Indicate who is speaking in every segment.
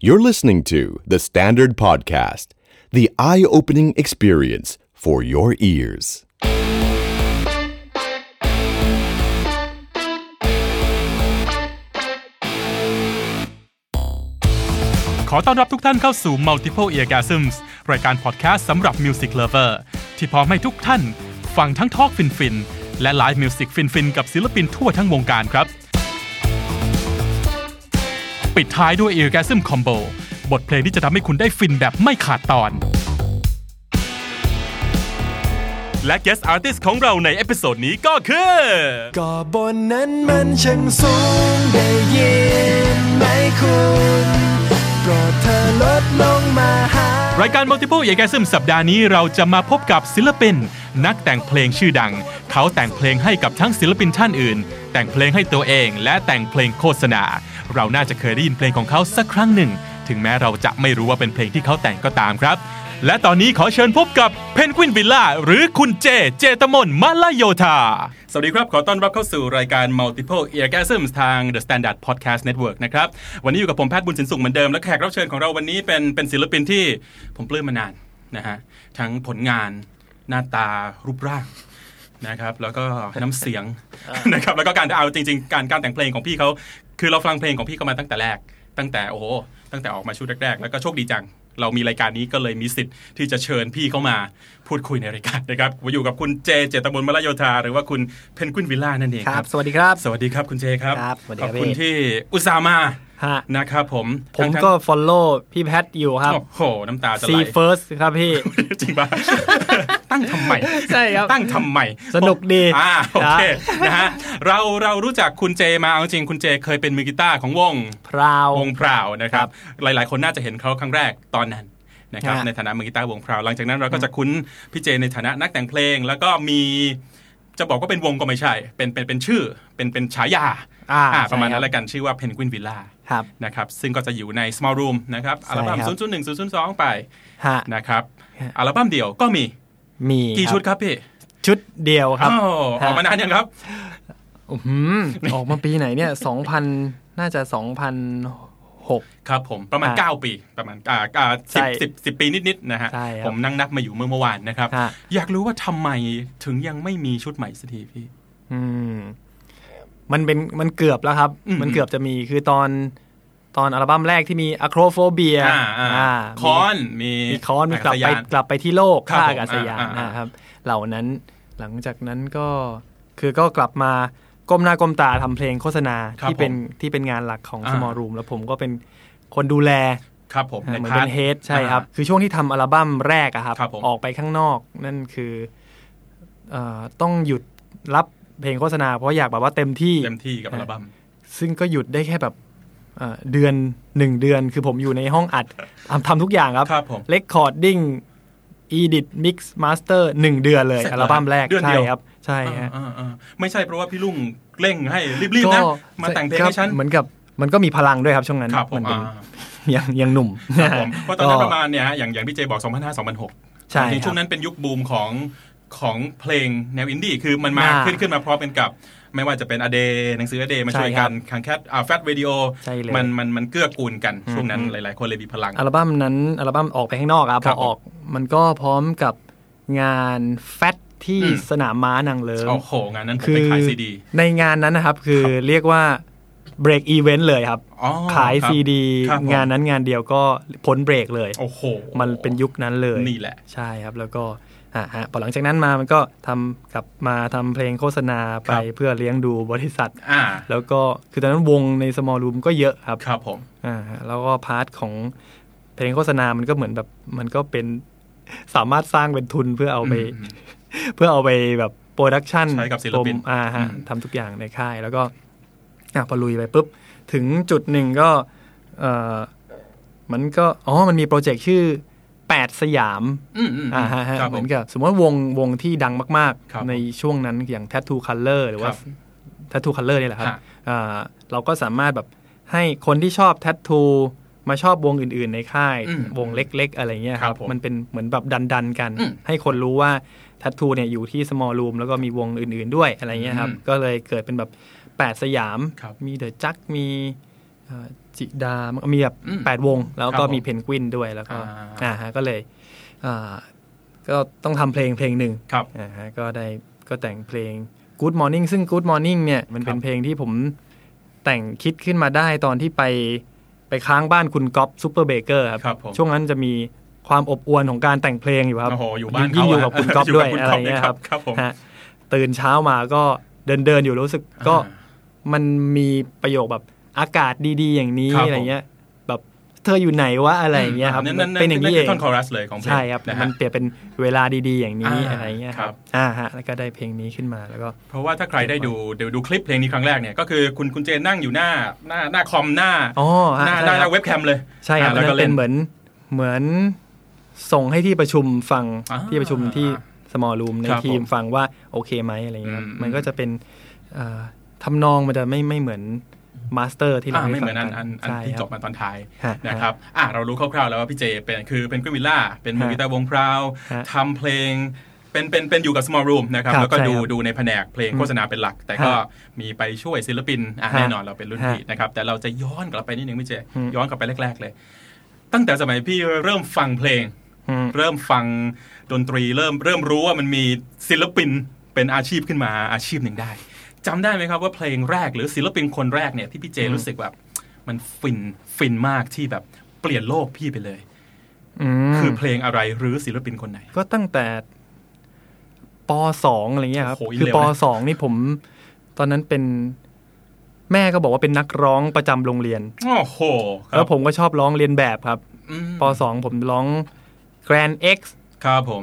Speaker 1: You're listening to The Standard Podcast, the eye opening experience for your ears.
Speaker 2: Podcast ขอต้อนรับทุกท่านเข้าสู่ Multiple Eargasms รายการพอดแคสต์สำหรับ Music Lover ที่พร้อมให้ทุกท่าน ฟังทั้งทอล์กฟิน ๆ และไลฟ์มิวสิกฟิน ๆ กับศิลปินทั่วทั้งวงการครับ ปิดท้ายด้วย Eargasm Combo บทเพลงที่จะทำให้คุณได้ฟินแบบไม่ขาดตอน และ Guest Artist ของเราในเอพิโซดนี้ก็คือ
Speaker 3: ก็บนนั้นมันช่างสูงได้ยินไหมคุณโปรดเธอลดลงมาหาร
Speaker 2: ายการ Multiple Orgasm สัปดาห์นี้เราจะมาพบกับศิลปิน นักแต่งเพลงชื่อดัง เขาแต่งเพลงให้กับทั้งศิลปินท่านอื่น แต่งเพลงให้ตัวเอง และแต่งเพลงโฆษณา เราน่าจะเคยได้ยินเพลงของเขาสักครั้งหนึ่ง ถึงแม้เราจะไม่รู้ว่าเป็นเพลงที่เขาแต่งก็ตามครับ และตอนนี้ขอเชิญพบกับเพนกวินวิลล่าหรือคุณเจ เจตมนมาลาโยธา สวัสดีครับ ขอต้อนรับเข้าสู่รายการ Multiple Eargasms ทาง The Standard Podcast Network นะครับ วันนี้อยู่กับผมแพทย์บุญสินสุขเหมือนเดิม และแขกรับเชิญของเราวันนี้เป็นเป็นศิลปินที่ผมปลื้มมานานนะฮะ ทั้งผลงานหน้าตารูปร่าง นะครับแล้วก็น้ำเสียง นะครับแล้วก็การเอาจริงๆ การการแต่งเพลงของพี่เขาคือเราฟังเพลงของพี่เขามาตั้งแต่แรก ตั้งแต่โอ้โหตั้งแต่ออกมาชุดแรกๆ แล้วก็โชคดีจัง เรามีรายการนี้ก็เลยมีสิทธิ์ที่จะเชิญพี่เข้ามาพูดคุยในรายการ นะครับอยู่กับคุณเจเจตบุญมลโยธาหรือว่าคุณเพนกวินวิลล่านั่นเอง
Speaker 3: ค
Speaker 2: ค
Speaker 3: รั
Speaker 2: รับ บ
Speaker 3: สวัสดีครับ
Speaker 2: สวัสดีครับคุณเจครับ
Speaker 3: ครับสวัสดี
Speaker 2: ข
Speaker 3: ค
Speaker 2: อ
Speaker 3: รั
Speaker 2: บบ คุณ
Speaker 3: พี่
Speaker 2: ที่อุตส่าห์มา
Speaker 3: ฮะ
Speaker 2: นะครับผม
Speaker 3: ผม
Speaker 2: ทั้งๆ
Speaker 3: ก็ follow พี่แพทอยู่ครับ
Speaker 2: โอ้โหน้ำตาจะไห
Speaker 3: C
Speaker 2: ล
Speaker 3: first ครับพี่
Speaker 2: จริงป่ะ ตั้งทำไม
Speaker 3: ใช่ครับ
Speaker 2: ตั้งทำไม
Speaker 3: สนุกดี
Speaker 2: อ่าโอเค
Speaker 3: ครับ
Speaker 2: นะฮะเราเรารู้จักคุณเจมาเอาจริงคุณเจเคยเป็นมือกีตาร์ของวง
Speaker 3: พราว
Speaker 2: วงพราวนะครับ หลาย ๆ คนน่าจะเห็นเขาครั้งแรกตอนนั้นนะครับ
Speaker 3: ฮะ
Speaker 2: ในฐานะมือกีตาร์วงพราว หลังจากนั้นเราก็จะคุ้นพี่เจในฐานะนักแต่งเพลง แล้วก็มีจะบอกว่าเป็นวงก็ไม่ใช่ เป็นเป็นเป็นชื่อเป็นเป็นฉายา
Speaker 3: อ่า
Speaker 2: อ่าประมาณนั้น
Speaker 3: ใช่
Speaker 2: ละกันชื่อว่า Penguin Villa
Speaker 3: ครับ
Speaker 2: นะครับซึ่งก็จะอยู่ใน small room นะครับอัลบั้ม
Speaker 3: ใช่ครับ
Speaker 2: 001 002 ไป
Speaker 3: ฮะ
Speaker 2: นะครับ
Speaker 3: ฮะ
Speaker 2: อัลบั้มเดี่ยวก็มี
Speaker 3: มี
Speaker 2: กี่
Speaker 3: ครับ
Speaker 2: ชุดครับพี่
Speaker 3: ชุดเดียวครับ
Speaker 2: อ้าวอ
Speaker 3: ฮะ
Speaker 2: อกมานานยังครับ
Speaker 3: อื้อหือออกมาปีไหนเนี่ย 2,000 น่าจะ 2,006
Speaker 2: ครับผมประมาณ
Speaker 3: ฮะ
Speaker 2: 9 ปีประมาณอ่าอ่า
Speaker 3: ใช่
Speaker 2: สิบสิบสิบปีนิดๆนะฮะ
Speaker 3: ใช่ครับ
Speaker 2: ผมนั่งนับมาอยู่เมื่อเมื่อวานนะครับ
Speaker 3: ฮะ
Speaker 2: อยากรู้ว่าทำไมถึงยังไม่มีชุดใหม่สักทีพี่
Speaker 3: อืมมันเป็นมันเกือบแล้วครับ
Speaker 2: อืม
Speaker 3: มันเกือบจะมีคือตอนตอนอัลบั้มแรกที่มีอะโครโฟเบีย
Speaker 2: อ่าอ่าคอนมี
Speaker 3: มีคอนมีกลั
Speaker 2: า
Speaker 3: บไป
Speaker 2: ศยาน
Speaker 3: กลับไปที่โลก
Speaker 2: ครับผม
Speaker 3: ท่าอากาศยาน
Speaker 2: อ่าอ่า
Speaker 3: นะครับ เหล่านั้นหลังจากนั้นก็คือก็กลับมาก้มหน้าก้มตาทำเพลงโฆษณา
Speaker 2: ครับ
Speaker 3: ที่เป็น
Speaker 2: ผ
Speaker 3: ที่เป็นงานหลักของ
Speaker 2: อ่า
Speaker 3: สมอรูมแล้วผมก็เป็นคนดูแล
Speaker 2: ครับผมใน
Speaker 3: เหมือน
Speaker 2: พา
Speaker 3: เป็
Speaker 2: ร์ท
Speaker 3: นเฮดใช่ครับ คือช่วงที่ทำอัลบั้มแรกอะครับ
Speaker 2: ครับผม
Speaker 3: ออกไปข้างนอกนั่นคือเอ่อต้องหยุดรับเพลงโฆษณาเพราะอยากแบบว่าเต็มที่
Speaker 2: เต็มที่กับอัลบั้ม
Speaker 3: ซึ่งก็หยุดได้แค่แบบเอ่อเดือนหนึ่งเดือนคือผมอยู่ในห้องอัดทำทำทุกอย่างครับ
Speaker 2: ครับผม
Speaker 3: เลคคอร์ดดิ้งอีดิทมิกซ์มาสเตอร์หนึ่งเดือนเลย
Speaker 2: เสร็จ
Speaker 3: อัลบั้มแรก
Speaker 2: เดือนเดี
Speaker 3: ใช่
Speaker 2: ยว
Speaker 3: ครับ ใช่ฮะ
Speaker 2: อ่าอ่าไม่ใช่เพราะว่าพี่ลุงเร่งให้รีบๆนะ มาแต่งเพลงให้ฉัน
Speaker 3: ก็เหมือนกับมันก็มีพลังด้วยครับช่วงนั้น
Speaker 2: ครับผม
Speaker 3: นเป็น
Speaker 2: อ่า
Speaker 3: ยังยังหนุ่ม
Speaker 2: ครับผมเพราะตอนนั้น
Speaker 3: ก็
Speaker 2: ประมาณเนี่ยฮะอย่างอย่างพี่เจบอก 2005 2006
Speaker 3: ใช่
Speaker 2: จริงๆ
Speaker 3: ครับ
Speaker 2: ช่วงนั้นเป็นยุคบูมของของเพลงแนวอินดี้คือมันมา
Speaker 3: อ่า
Speaker 2: ขึ้นขึ้นมาพร้อมกันกับ ไม่ว่าจะเป็นอเดหนังสืออเดมาช่วยกันคังแคทอ่าแฟตวิดีโอ
Speaker 3: ใช่เลย
Speaker 2: มันมันมันเกื้อกูลกันช่วงนั้นหลายๆ คนเลยมีพลัง
Speaker 3: อัลบั้มนั้นอัลบั้มออกไปข้างนอกครับ
Speaker 2: ค
Speaker 3: พ
Speaker 2: รับ
Speaker 3: อออกมันก็พร้อมกับงานแฟตที่
Speaker 2: อืม
Speaker 3: สนามม้านางเลิง
Speaker 2: โอ้โหงานนั้นผมไปขายซีดี
Speaker 3: ในงานนั้นนะครับ คือเรียกว่า break event เลยครับ
Speaker 2: อ๋อ
Speaker 3: ขาย
Speaker 2: ครับ
Speaker 3: ซีดี
Speaker 2: ครับผม
Speaker 3: งานนั้นงานเดียวก็พ้นเบรกเลย
Speaker 2: โอ้โห
Speaker 3: มันเป็นยุคนั้นเลย
Speaker 2: นี่แหละ
Speaker 3: ใช่ครับแล้วก็อ่าฮะพอหลังจากนั้นมามันก็ทำกลับมาทำเพลงโฆษณาไปเพื่อเลี้ยงดูบริษัท
Speaker 2: อ่า
Speaker 3: แล้วก็คือตอนนั้นวงใน small room ก็เยอะครับ
Speaker 2: ครับผม
Speaker 3: อ่าฮะแล้วก็พาร์ทของเพลงโฆษณามันก็เหมือนแบบมันก็เป็น สามารถสร้างเป็นทุนเพื่อเอาไป เพื่อเอาไปแบบโปรดักชัน
Speaker 2: ใช้กับศิลปิน
Speaker 3: อ่า
Speaker 2: อื
Speaker 3: ฮะ
Speaker 2: ม
Speaker 3: ทำทุกอย่างในค่าย แล้วก็อ่ะพอลุยไปปุ๊บ ถึงจุดหนึ่งก็เออมันก็ อ๋อ มันมีโปรเจกต์ชื่อ 8 สยาม
Speaker 2: อืมอืม
Speaker 3: อ่าฮะ
Speaker 2: ครับ
Speaker 3: เห
Speaker 2: ผ
Speaker 3: มื
Speaker 2: ม
Speaker 3: อนกับ สมมติว่าวงวงที่ดังมาก
Speaker 2: ครับ
Speaker 3: ๆ ในช่วงนั้นอย่าง Tattoo Color หรือ
Speaker 2: ค
Speaker 3: ว่า
Speaker 2: รับ
Speaker 3: Tattoo Color นี่แหละครับ
Speaker 2: ฮะ
Speaker 3: อ่าเราก็สามารถแบบให้คนที่ชอบ Tattoo มาชอบวงอื่น ๆ ในค่าย
Speaker 2: อืม
Speaker 3: วงเล็ก ๆ อะไรเงี้ยค
Speaker 2: ครั
Speaker 3: รั
Speaker 2: บบ ผม
Speaker 3: มันเป็นเหมือนแบบดัน ๆ กัน
Speaker 2: อืม
Speaker 3: ให้คนรู้ว่า ทัตทูเนี่ยอยู่ที่ small room แล้วก็มีวงอื่นๆด้วยอะไรเงี้ยครับ
Speaker 2: อืม
Speaker 3: ก็เลยเกิดเป็นแบบ 8 สยาม
Speaker 2: ครับ
Speaker 3: มีเดอะจักมี จิดามันก็มีแบบ
Speaker 2: อืม
Speaker 3: แปดวง แล้ว
Speaker 2: ครั
Speaker 3: ก็
Speaker 2: บผม
Speaker 3: มีเพนกวินด้วยแล้วก็
Speaker 2: อ่า
Speaker 3: อ่าฮะก็เลยอ่าก็ต้องทำเพลงเพลงหนึ่ง
Speaker 2: ครับ
Speaker 3: อ่าฮะก็ได้ก็แต่งเพลง Good Morning ซึ่ง Good Morning เนี่ย มันเป็
Speaker 2: คน รับ
Speaker 3: เพลงที่ผมแต่งคิดขึ้นมาได้ตอนที่ไปไปค้างบ้านคุณก๊อฟซูเปอร์เบเกอร์
Speaker 2: ครับผม
Speaker 3: ช่วงนั้นจะมีความอบอวลของการแต่งเพลงอยู่ครับ
Speaker 2: โอ้โหอยู่บ้าน
Speaker 3: ยิ่งอยู่
Speaker 2: เขาอะ
Speaker 3: กับคุณก๊อฟด้วย
Speaker 2: อยู่กับคุณ
Speaker 3: อะไรเงี้ย
Speaker 2: ก๊อ
Speaker 3: ครั
Speaker 2: ฟ
Speaker 3: บ
Speaker 2: เนี่ยครับครับผม
Speaker 3: ฮะตื่นเช้ามาก็เดินเดินๆอยู่รู้สึกก็มันมีประโยคแบบอากาศดีๆ อย่างนี้
Speaker 2: ครับผม
Speaker 3: อะไรเงี้ยแบบเธออยู่ไหนวะอะไรอย่างเงี้ยครับ
Speaker 2: นั่นนั่น
Speaker 3: เป็นอย่างนี้เอง
Speaker 2: ท่อนคอรัสเลยของเพลง
Speaker 3: ใช่ครับ
Speaker 2: นะ
Speaker 3: มั
Speaker 2: ฮะ
Speaker 3: นเปลี่ยนเป็นเวลาดีๆ อย่างนี้
Speaker 2: อ่า
Speaker 3: อะไรเงี้ยค
Speaker 2: ครั
Speaker 3: รับ บ อ่าฮะ แล้วก็ได้เพลงนี้ขึ้นมาแล้วก็
Speaker 2: เพราะว่าถ้าใครได้ดูเดี๋ยวดูคลิปเพลงนี้ครั้งแรกเนี่ยก็คือคุณคุณเจนนั่งอยู่หน้าหน้าหน้าคอมหน้า
Speaker 3: อ๋อ
Speaker 2: ห
Speaker 3: ฮะ
Speaker 2: น้าห
Speaker 3: ใช่
Speaker 2: น้าห
Speaker 3: ครั
Speaker 2: น้า
Speaker 3: บ
Speaker 2: เว็บแคมเลย
Speaker 3: ใช่ครับ
Speaker 2: อ่าแล้วก็
Speaker 3: นั่น
Speaker 2: เล่
Speaker 3: เป็น นเหมือนเหมือนส่งให้ที่ประชุมฟัง
Speaker 2: อ่า
Speaker 3: ที่ประชุมที่สมอลรูมใน
Speaker 2: ครับ
Speaker 3: ทีม
Speaker 2: ผม
Speaker 3: ฟังว่าโอเคไหมอะไรเงี้ยครับ
Speaker 2: อืม
Speaker 3: มันก็จะเป็นเอ่อทำนองมันจะไม่ไม่เหมือนมาสเตอร์ที่เรา
Speaker 2: อ่า
Speaker 3: ด้
Speaker 2: ไม่เหมือนอั
Speaker 3: ฟัง
Speaker 2: นอันอัน
Speaker 3: ใช่
Speaker 2: ที่
Speaker 3: ค
Speaker 2: จ
Speaker 3: รั
Speaker 2: บมาตอนท้าย
Speaker 3: ฮะ
Speaker 2: นะครับอ่ะเรารู้คร่าวๆแล้วว่าพี่เจเป็นคือเป็นกุ้งวิลล่าเป็นมือ
Speaker 3: ฮะ
Speaker 2: กีตาร์วงพราว
Speaker 3: ฮะ
Speaker 2: ทำเพลงเป็นเป็นเป็นอยู่กับ small room นะครับ
Speaker 3: ครับ
Speaker 2: แล้วก็ดู
Speaker 3: ใช่ครับ
Speaker 2: ดูในแผนกเพลง
Speaker 3: อืม
Speaker 2: โฆษณาเป็นหลัก แต่ก็
Speaker 3: ฮะ
Speaker 2: มีไปช่วยศิลปินอ่ะ
Speaker 3: ฮะ
Speaker 2: แน่นอนเราเป็นรุ่นพี่
Speaker 3: ฮะ
Speaker 2: นะครับแต่เราจะย้อนกลับไปนิดนึงพี่เจ
Speaker 3: อืม
Speaker 2: ย้อนกลับไปแรก ๆ เลย ตั้งแต่สมัยพี่เริ่มฟังเพลง
Speaker 3: อืม
Speaker 2: เริ่มฟังดนตรีเริ่มเริ่มรู้ว่ามันมีศิลปินเป็นอาชีพขึ้นมาอาชีพหนึ่งได้จำได้ไหมครับว่าเพลงแรกหรือศิลปินคนแรกเนี่ยที่พี่เจ
Speaker 3: อืม
Speaker 2: รู้สึกแบบมันฟินฟินมากที่แบบเปลี่ยนโลกพี่ไปเลย
Speaker 3: ม
Speaker 2: คือเพลงอะไรหรือศิลปินคนไหน
Speaker 3: ก็ตั้งแต่ปสองอะไรเงี้ยครับ
Speaker 2: โอ้โห
Speaker 3: คือ
Speaker 2: เร็ว
Speaker 3: ป
Speaker 2: นะ
Speaker 3: สองนี่ผม ตอนนั้นเป็นแม่ก็บอกว่าเป็นนักร้องประจำโรงเรียน
Speaker 2: โอ้โหค
Speaker 3: แล้
Speaker 2: รั
Speaker 3: ว
Speaker 2: บ
Speaker 3: ผมก็ชอบร้องเรียนแบบครับ
Speaker 2: อืม
Speaker 3: ปสองผมร้อง Grand X
Speaker 2: ครับผม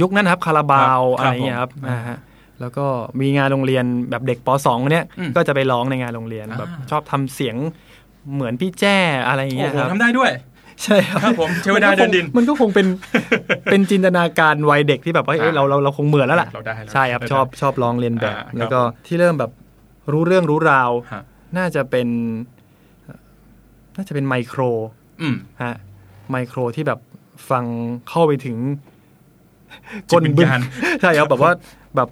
Speaker 3: ยุคนั้นครับคาราบาว
Speaker 2: ครับ
Speaker 3: อะไรอย่างเงี้ยครับ
Speaker 2: ผม
Speaker 3: อ่าฮะแล้วก็มีงานโรงเรียนแบบเด็กปสองเนี้ย
Speaker 2: อืม
Speaker 3: ก็จะไปร้องในงานโรงเรียน
Speaker 2: อ่า
Speaker 3: แบบชอบทำเสียงเหมือนพี่แจ้อะไรอย่าง
Speaker 2: โอ้
Speaker 3: เงี้ย
Speaker 2: โห
Speaker 3: ครับ
Speaker 2: ทำได้ด้วย
Speaker 3: ใช่ครับ
Speaker 2: ครับผมเทวดาเดินดิน
Speaker 3: มันก็คงเป็นเป็นจินตนาการวัยเด็กที่แบบว่าเอ้ย
Speaker 2: อ่า
Speaker 3: เราเราเราคงเหมือนแล้วล่ะ
Speaker 2: เราได้เรา
Speaker 3: ใช่ครับ
Speaker 2: ได้
Speaker 3: ชอบชอบร้องเรียนแบบ
Speaker 2: อ่าครับ
Speaker 3: แล้วก็ที่เริ่มแบบรู้เรื่องรู้ราว
Speaker 2: ฮะ
Speaker 3: น่าจะเป็น น่าจะเป็นไมโคร
Speaker 2: อืม
Speaker 3: ฮะไมโครที่แบบฟังเข้าไปถึง
Speaker 2: จิตวิญญาณ
Speaker 3: ใช่ครับแบบว่าแบบ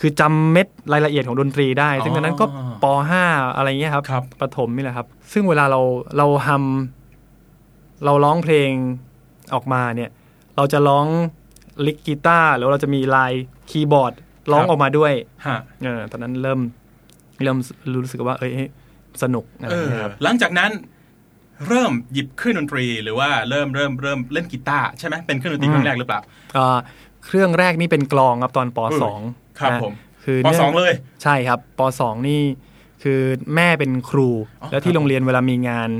Speaker 3: คือจำเม็ดรายละเอียดของดนตรีได้ ซึ่งตอนนั้นก็
Speaker 2: อ๋อ
Speaker 3: ป .5 อะไรเงี้ยครับ
Speaker 2: ครับ
Speaker 3: ประถมนี่แหละครับ ซึ่งเวลาเราเราทำเราร้องเพลงออกมาเนี่ย เราจะร้องลิกกีตาร์หรือเราจะมีลายคีย์บอร์ดร้องออกมาด้วย
Speaker 2: ฮะ
Speaker 3: เออตอนนั้นเริ่มเริ่มรู้สึกว่า เอ้ยสนุกอะไร
Speaker 2: เออ
Speaker 3: เงี้ยครับ
Speaker 2: หลังจากนั้นเริ่มหยิบเครื่องดนตรีหรือว่าเริ่มเริ่มเริ่มเล่นกีตาร์ใช่ไหมเป็นเครื่องดนตรี
Speaker 3: อืม
Speaker 2: ครั้งแรกหรือเปล่า
Speaker 3: อ่าเครื่องแรกนี่เป็นกลองครับตอนปสอง
Speaker 2: ครับ
Speaker 3: นะ
Speaker 2: ผม
Speaker 3: คือ
Speaker 2: ป
Speaker 3: นื่
Speaker 2: สองเลย
Speaker 3: ใช่ครับปสองนี่คือแม่เป็นครู
Speaker 2: อ๋อ
Speaker 3: แล้วที่โรงเรียนเวลามีงาน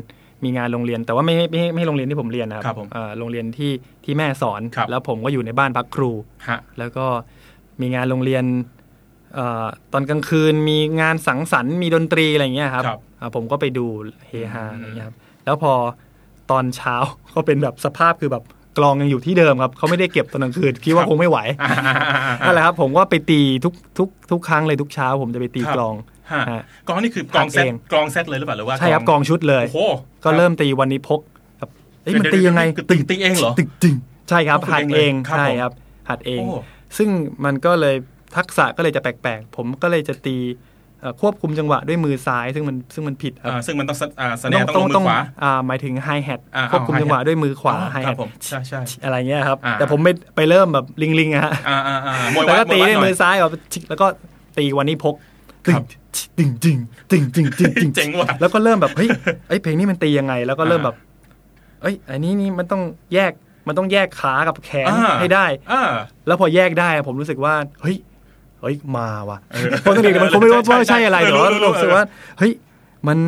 Speaker 3: มีงานโรงเรียน แต่ว่าไม่ไม่ไม่ไม่โรงเรียนที่ผมเรียนนะครับ
Speaker 2: ครับผม
Speaker 3: อ่าโรงเรียนที่ที่แม่สอน
Speaker 2: ครับ
Speaker 3: แล้วผมก็อยู่ในบ้านพักครู
Speaker 2: ฮะ
Speaker 3: แล้วก็มีงานโรงเรียนเออตอนกลางคืนมีงานสังสรรค์มีดนตรีอะไรอย่างเงี้ยครับ
Speaker 2: ครับ
Speaker 3: อ่าผมก็ไปดูเฮฮาอะไรอย่างเงี้ยครับแล้วพอตอนเช้า ก็เป็นแบบสภาพคือแบบกลองยังอยู่ที่เดิมครับเขาไม่ได้เก็บตอนกลางคืนคิด
Speaker 2: ค
Speaker 3: ว่า
Speaker 2: รับ
Speaker 3: คงไม่ไหว
Speaker 2: อ่าๆๆ
Speaker 3: นั่นแหละครับ ผมก็ไปตีทุกทุกทุกครั้งเลยทุกเช้า ผมจะไปตี
Speaker 2: ครับ
Speaker 3: กลอง
Speaker 2: ฮะ
Speaker 3: ฮะ
Speaker 2: กลองนี่คือกลองเซต
Speaker 3: หัดเอง
Speaker 2: กลองเซตเลยหรือเปล่าหรือว่า
Speaker 3: ใช่ครับกลองชุดเลย
Speaker 2: โอ้โห
Speaker 3: ก็เริ่มตีวันนี้พกครับเอ้ยมันตียังไง
Speaker 2: คือตีตีเองเหรอ
Speaker 3: ตึกตึงใช่ครับ
Speaker 2: ต้องฝึก
Speaker 3: หัด
Speaker 2: เองเลย
Speaker 3: เอง
Speaker 2: ครับ
Speaker 3: ใช่
Speaker 2: ผม
Speaker 3: ครับ หัดเอง
Speaker 2: โอ้
Speaker 3: ซึ่งมันก็เลยทักษะก็เลยจะแปลกๆ ผมก็เลยจะตีเอ่อควบคุมจังหวะด้วยมือซ้าย ซึ่งมันซึ่งมันผิดครับ
Speaker 2: าซึ่งมันต้องสแอ่าสแนร์ต้องลงมือขวา
Speaker 3: อ่หมายถึงไฮแฮท
Speaker 2: อ่า
Speaker 3: ควบคุม
Speaker 2: เอา hi-hat
Speaker 3: จังหวะด้วยมือขวา
Speaker 2: อ๋อ
Speaker 3: ไฮ
Speaker 2: ค
Speaker 3: แฮ
Speaker 2: รับ
Speaker 3: ท
Speaker 2: ผมใช่ใช่
Speaker 3: อะไรเงี้ยครับ
Speaker 2: อ่า
Speaker 3: แต่ผมไม่ไปเริ่มแบบลิงลิงๆอะฮะ
Speaker 2: อ่าอ่าอ่ามวย
Speaker 3: แล้ว
Speaker 2: วั
Speaker 3: ก็
Speaker 2: ดมว
Speaker 3: ตี
Speaker 2: ยวัด
Speaker 3: ด้วย
Speaker 2: หน่
Speaker 3: มื
Speaker 2: อย
Speaker 3: อซ้ายแบบชิกแล้วก็ตีวันนี้พกตึ
Speaker 2: ครั
Speaker 3: ง
Speaker 2: บ
Speaker 3: ตึงตึงตึงตึงตึงตึง
Speaker 2: เจ๋งว่ะ
Speaker 3: แล้วก็เริ่มแบบเฮ้ยไอยเพลงนี้มันตียังไง แล้วก็เริ่ม
Speaker 2: อ่า
Speaker 3: แบบ เอ้ยอันนี้นี่มันต้องแยกมันต้องแยกขากับแขน
Speaker 2: อ่า
Speaker 3: ให้ได้
Speaker 2: อ่า
Speaker 3: แล้วพอแยกได้อะผมรู้สึกว่า เฮ้ย เฮ้ย มาว่ะ
Speaker 2: เออ
Speaker 3: เพราะตอนเด็กๆมันคงไม่รู้
Speaker 2: ใช่
Speaker 3: ว่า
Speaker 2: ใช่
Speaker 3: ใช่อะไร
Speaker 2: เออ
Speaker 3: แต่ว่า
Speaker 2: รู้รู้
Speaker 3: รู้สึกว่า เฮ้ย มัน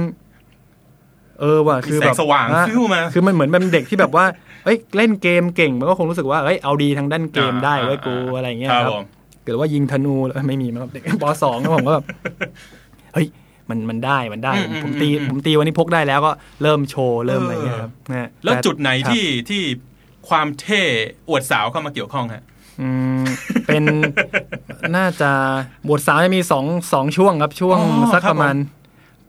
Speaker 3: เออว่ะ คือแบบ
Speaker 2: มีแสงสว่าง
Speaker 3: อ่ะ
Speaker 2: ฟิวมา
Speaker 3: คือมันเหมือนเป็นเด็กที่แบบว่า เอ้ย เล่นเกมเก่ง มันก็คงรู้สึกว่า เฮ้ย เอาดีทางด้านเกมได้ไว้ยกู
Speaker 2: อ่า
Speaker 3: อะไรอย่างเงี้ย
Speaker 2: ค
Speaker 3: ครับ รับ
Speaker 2: ผม
Speaker 3: เกิดว่ายิงธนู แล้วไม่มีมั้งครับเด็กปสองแล้วผมก็แบบ เฮ้ย มัน มันได้ มันได้
Speaker 2: อืม
Speaker 3: ผมตี
Speaker 2: อืมอืม
Speaker 3: ผมตีวันนี้พกได้แล้วก็เริ่มโชว์ เริ่มอะไรอย่างเงี้ยครับนะฮะ
Speaker 2: แล้วจุดไหน
Speaker 3: ครับ
Speaker 2: ที่ที่ความเท่อวดสาวเข้ามาเกี่ยวข้องฮะ
Speaker 3: อืม เป็น น่าจะบทสามจะมีสองสองช่วงครับช่วง
Speaker 2: อ๋อ
Speaker 3: สัก
Speaker 2: ครับ
Speaker 3: ประมาณ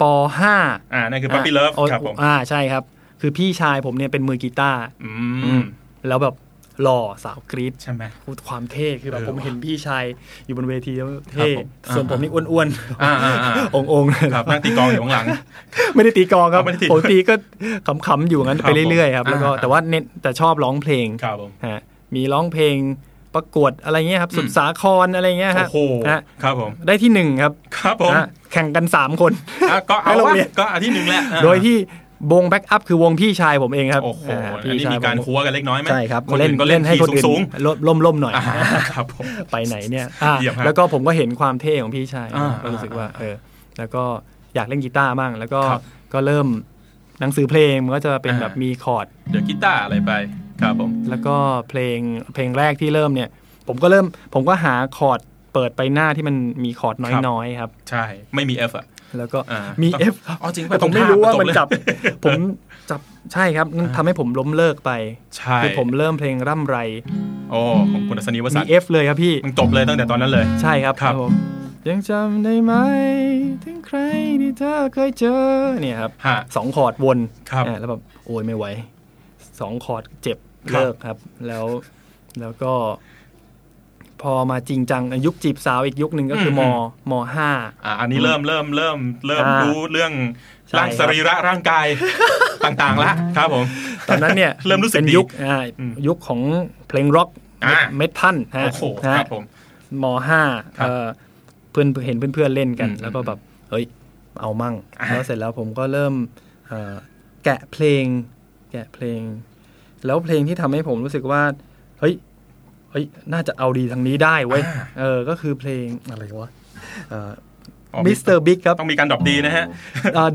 Speaker 3: ปห้า
Speaker 2: อ่านั่นคือ puppy love
Speaker 3: อ่ะ
Speaker 2: ครับผม
Speaker 3: อ่าใช่ครับ คือพี่ชายผมเนี่ยเป็นมือกีตาร์
Speaker 2: อื
Speaker 3: อื
Speaker 2: ม
Speaker 3: มแล้วแบบ หล่อสาวกรีด
Speaker 2: ใช่ไหม
Speaker 3: พูดความเท่คือแบบ
Speaker 2: เออ
Speaker 3: ผมเห็นพี่ชายอยู่บนเวทีแล้ว
Speaker 2: ครั
Speaker 3: เท่
Speaker 2: บผม
Speaker 3: ส่วนผมนี่อ้วน
Speaker 2: อ่าอ่าอ่า
Speaker 3: ๆองค์ๆ
Speaker 2: ครับนั่งตีกลองอยู่ข้างหลัง
Speaker 3: ไม่ได้ตีกลองครับ
Speaker 2: อ๋อไม่ได้ตี
Speaker 3: ผมตีก็ขำๆอยู่งั้น
Speaker 2: ครับ
Speaker 3: ไปเรื่อยๆครับ
Speaker 2: ผม
Speaker 3: แล้วก็
Speaker 2: อ่า
Speaker 3: แต่ว่าเน้นแต่ชอบร้องเพลง
Speaker 2: ครับผม
Speaker 3: ฮะมีร้องเพลงประกวดอะไรเงี้ยครับสุดสาครอะไรเงี้ยฮะ
Speaker 2: โอ้โห
Speaker 3: ฮะ
Speaker 2: ครับผม
Speaker 3: ได้ที่หนึ่งครับ
Speaker 2: ครับผม
Speaker 3: ฮะแข่งกัน 3 คน
Speaker 2: อ่ะก็เอา
Speaker 3: ให้โรง
Speaker 2: วะ
Speaker 3: เรียน
Speaker 2: ก็อันที่หนึ่งแหละอ่า
Speaker 3: โดยที่วงแบ็กอัพคือวงพี่ชายผมเองครับ
Speaker 2: โอ้โห
Speaker 3: า
Speaker 2: อันนี้มีการ
Speaker 3: ผม
Speaker 2: คัวกันเล็กน้อยไหม
Speaker 3: ใช่ครับ
Speaker 2: คนอื่นก็เล่น
Speaker 3: ให้
Speaker 2: ที
Speaker 3: คนอื่น
Speaker 2: สูง
Speaker 3: ล่มล่มๆหน่อย
Speaker 2: ๆอ่าครับผม
Speaker 3: ไปไหนเนี่ยอ่ะ
Speaker 2: เยี่ยมฮะ
Speaker 3: แล้วก็ผมก็เห็นความเท่ของพี่ชาย
Speaker 2: อ่า
Speaker 3: ก็รู้สึกว่า เออ แล้วก็อยากเล่นกีตาร์บ้าง แล้วก็
Speaker 2: ครับ
Speaker 3: ก็เริ่มหนังสือเพลงมันก็จะเป็น
Speaker 2: อ่า
Speaker 3: แบบมีคอร์ด
Speaker 2: เดี๋ยวกีตาร์อะไรไปครับผม
Speaker 3: แล้วก็เพลง เพลงแรกที่เริ่มเนี่ย ผมก็เริ่ม ผมก็หาคอร์ด เปิดไปหน้าที่มันมีคอร์ด
Speaker 2: ครับ
Speaker 3: น้อยๆครับ
Speaker 2: ใช่ไม่มี F อ่ะ
Speaker 3: แล้วก็
Speaker 2: อ่า
Speaker 3: มี
Speaker 2: ต้อง
Speaker 3: F ครับ
Speaker 2: อ๋อจริงป่ะ
Speaker 3: แต่
Speaker 2: ต
Speaker 3: ผม
Speaker 2: รง
Speaker 3: ไม่
Speaker 2: ข้าม
Speaker 3: รู้ว่า
Speaker 2: ตรง
Speaker 3: มัน
Speaker 2: เลย
Speaker 3: จับ ผมจับ ใช่ครับนั่นทำให้ผมล้มเลิกไป
Speaker 2: ใช่
Speaker 3: คือผมเริ่มเพลงร่ำไร
Speaker 2: โอ้ของคุณอัศนีวสั
Speaker 3: มี
Speaker 2: นต์
Speaker 3: F เลยครับพี่
Speaker 2: มันจบเลยตั้งแต่ตอนนั้นเลย
Speaker 3: ใช่ครับ
Speaker 2: ครับ
Speaker 3: ผมยังจำได้ไหม ถึงใครที่เธอเคยเจอเนี่ยครับ
Speaker 2: ฮะ
Speaker 3: สองคอร์ดวน
Speaker 2: ครับ
Speaker 3: อ่ะแล้วแบบโอ้ยไม่ไหวสองคอร์ดเจ็บ
Speaker 2: ครับ
Speaker 3: เลิกครับ แล้วแล้วก็ พอมาจริงจังอ่ะยุคจีบสาวอีกยุคหนึ่งก็คือมมห้า
Speaker 2: อ่ะอันนี้เริ่มเริ่มเริ่มเริ่ม
Speaker 3: อ่ารู้
Speaker 2: รู้เรื่อง
Speaker 3: ใช่
Speaker 2: ร่าง
Speaker 3: ครับ
Speaker 2: สรีระร่างกาย ต่างๆละครับผม
Speaker 3: ตอนนั้นเนี่ย
Speaker 2: เริ่มรู้สึก
Speaker 3: เป็น
Speaker 2: ดี
Speaker 3: ยุคอ่ายุคของเพลงร็อก
Speaker 2: อ่า
Speaker 3: เมทัลฮะ
Speaker 2: โอ้โห
Speaker 3: ฮะ
Speaker 2: ครับผม
Speaker 3: มห้า
Speaker 2: ครับ
Speaker 3: เอ่อเพื่อนเห็นเพื่อนๆเล่นกัน
Speaker 2: อืม
Speaker 3: แล้วก็แบบเฮ้ยเอามั่ง
Speaker 2: อ่า
Speaker 3: แล้วเสร็จแล้วผมก็เริ่มเอ่อแกะเพลง แกะเพลง แล้วเพลงที่ทำให้ผมรู้สึกว่าเฮ้ยเฮ้ยน่าจะเอาดีทางนี้ได้เว้ยเออก็คือเพลงอะไรวะมิสเตอร์บิ๊กครับ
Speaker 2: ต้องมีการดรอปดีนะฮะ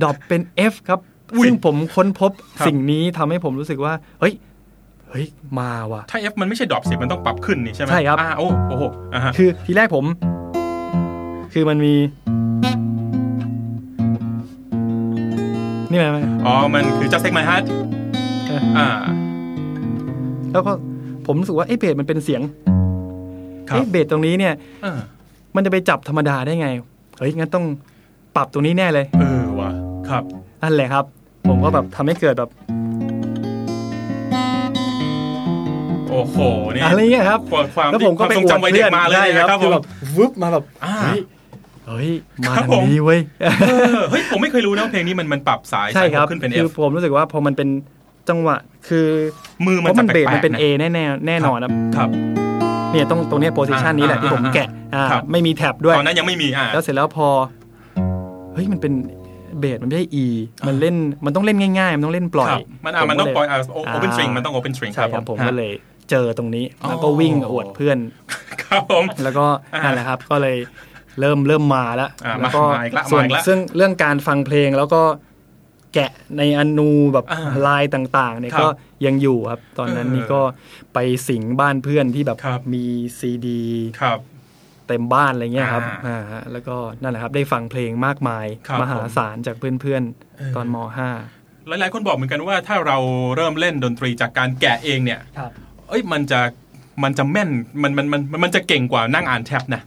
Speaker 3: ดอปเป็น F ครับ
Speaker 2: อุ้ย
Speaker 3: ซึ่งผมค้นพบ
Speaker 2: ครับ
Speaker 3: สิ่งนี้ทำให้ผมรู้สึกว่า เฮ้ยเฮ้ยมาว่ะ
Speaker 2: ถ้า F มันไม่ใช่ดรอปสิมันต้องปรับขึ้นนี่ใช่ไหม
Speaker 3: ใช่ครับ
Speaker 2: อ่าโอ้โอ้โหอ่าฮะ
Speaker 3: คือทีแรกผม คือมันมี นี่ไหมนไหม
Speaker 2: อ๋อ มันคือ just take my heart อ่า
Speaker 3: แล้วก็ผมรู้สึกว่าไอ้เบสมันเป็นเสียง
Speaker 2: ครับ
Speaker 3: ไอ้เบสตรงนี้เนี่ย
Speaker 2: เออ
Speaker 3: มันจะไปจับธรรมดาได้ไงเฮ้ยงั้นต้องปรับตรงนี้แน่เลย
Speaker 2: เออว่ะครับ
Speaker 3: นั่นแหละครับ ผมก็แบบทำให้เกิดแบบ
Speaker 2: โอ้โหเนี่ย
Speaker 3: อะไรเงี้ยครับ
Speaker 2: ความความ
Speaker 3: แล้วผมก็
Speaker 2: ค
Speaker 3: ไป
Speaker 2: วามทรงจำ
Speaker 3: อวด
Speaker 2: วัยเด็ก
Speaker 3: เพื่อน
Speaker 2: มาเลย
Speaker 3: ใช่
Speaker 2: นะค
Speaker 3: ค
Speaker 2: รั
Speaker 3: รั
Speaker 2: บบ ผ
Speaker 3: คือแบ
Speaker 2: ม
Speaker 3: บวึบมาแบบ
Speaker 2: อ่า
Speaker 3: เฮ้ยเฮ้ยมา
Speaker 2: ครับ
Speaker 3: ทาง
Speaker 2: ผม
Speaker 3: นี้เว้ย
Speaker 2: เออเฮ้ย ผมไม่เคยรู้นะว่าเพลงนี้มันมันปรับสาย
Speaker 3: ใช่
Speaker 2: สาย
Speaker 3: ครับ
Speaker 2: ขึ้นเป็น
Speaker 3: คื
Speaker 2: F
Speaker 3: อผมรู้สึกว่าพอมันเป็นจังหวะ คือ
Speaker 2: มือ
Speaker 3: เพ
Speaker 2: มัน
Speaker 3: ราะ
Speaker 2: จะ
Speaker 3: มัน
Speaker 2: แปลกๆ
Speaker 3: เบสมันเป็น A
Speaker 2: ะ
Speaker 3: แน่แน่แน่นอนครับ
Speaker 2: ครับ
Speaker 3: เนี่ยต้องตรงเนี้โพสิชัน
Speaker 2: อ่า
Speaker 3: นี้แหละที่ผม
Speaker 2: อ่า
Speaker 3: แกะอ่า
Speaker 2: ครับ
Speaker 3: ไม่มีแท็บด้วย
Speaker 2: ตอนนั้นยังไม่มีอ่า
Speaker 3: แล้วเสร็จแล้วพอ เฮ้ยมันเป็นเบสมันไม่ใช่ E มันเล่นมันต้องเล่นง่าย ๆ มันต้องเล่นปล่อย
Speaker 2: ครับมันอ่ะ
Speaker 3: ผ
Speaker 2: มันต้องปล่อยอ่ะโอ
Speaker 3: อ่า
Speaker 2: โอเปนสตริงมันต้องโอเปนสตริงค
Speaker 3: ใช่
Speaker 2: รับ
Speaker 3: ครับผม
Speaker 2: ฮะ
Speaker 3: ก็เลยเจอตรงนี้
Speaker 2: อ๋อ
Speaker 3: แล้วก็วิ่งอวดเพื่อน
Speaker 2: ครับผม
Speaker 3: แล้วก็
Speaker 2: อ่า
Speaker 3: นั่นแหละครับ ก็เลยเริ่มเริ่มมาแล้ว
Speaker 2: อ่า
Speaker 3: แล้วก็
Speaker 2: มาอีกละ
Speaker 3: ส่วน
Speaker 2: มาอีกละ
Speaker 3: ซึ่งเรื่องการฟังเพลงแล้วก็แกะในอนูแบบ
Speaker 2: อ่า
Speaker 3: ลายต่างๆเนี่ย
Speaker 2: ครับ
Speaker 3: ก็ยังอยู่ครับ ตอนนั้น
Speaker 2: เออ
Speaker 3: นี่ก็ไปสิงบ้านเพื่อนที่แบบ
Speaker 2: ครับ
Speaker 3: มีซีดี
Speaker 2: ครับ
Speaker 3: เต็มบ้านอะไรเงี้ยครับ
Speaker 2: อ่า
Speaker 3: อ่าฮะแล้วก็นั่นแหละครับได้ฟังเพลงมากมาย
Speaker 2: ครับ
Speaker 3: มหาศาลจากเพื่อน
Speaker 2: เออ
Speaker 3: ๆ ตอนม
Speaker 2: หลายๆคนบอกเหมือนกันว่าถ้าเราเริ่มเล่นดนตรีจากการแกะเองเนี่ย
Speaker 3: .5 ครับ
Speaker 2: เอ้ยมันจะมันจะแม่นมันมันมันมันจะเก่งกว่านั่งอ่านแท็บนะ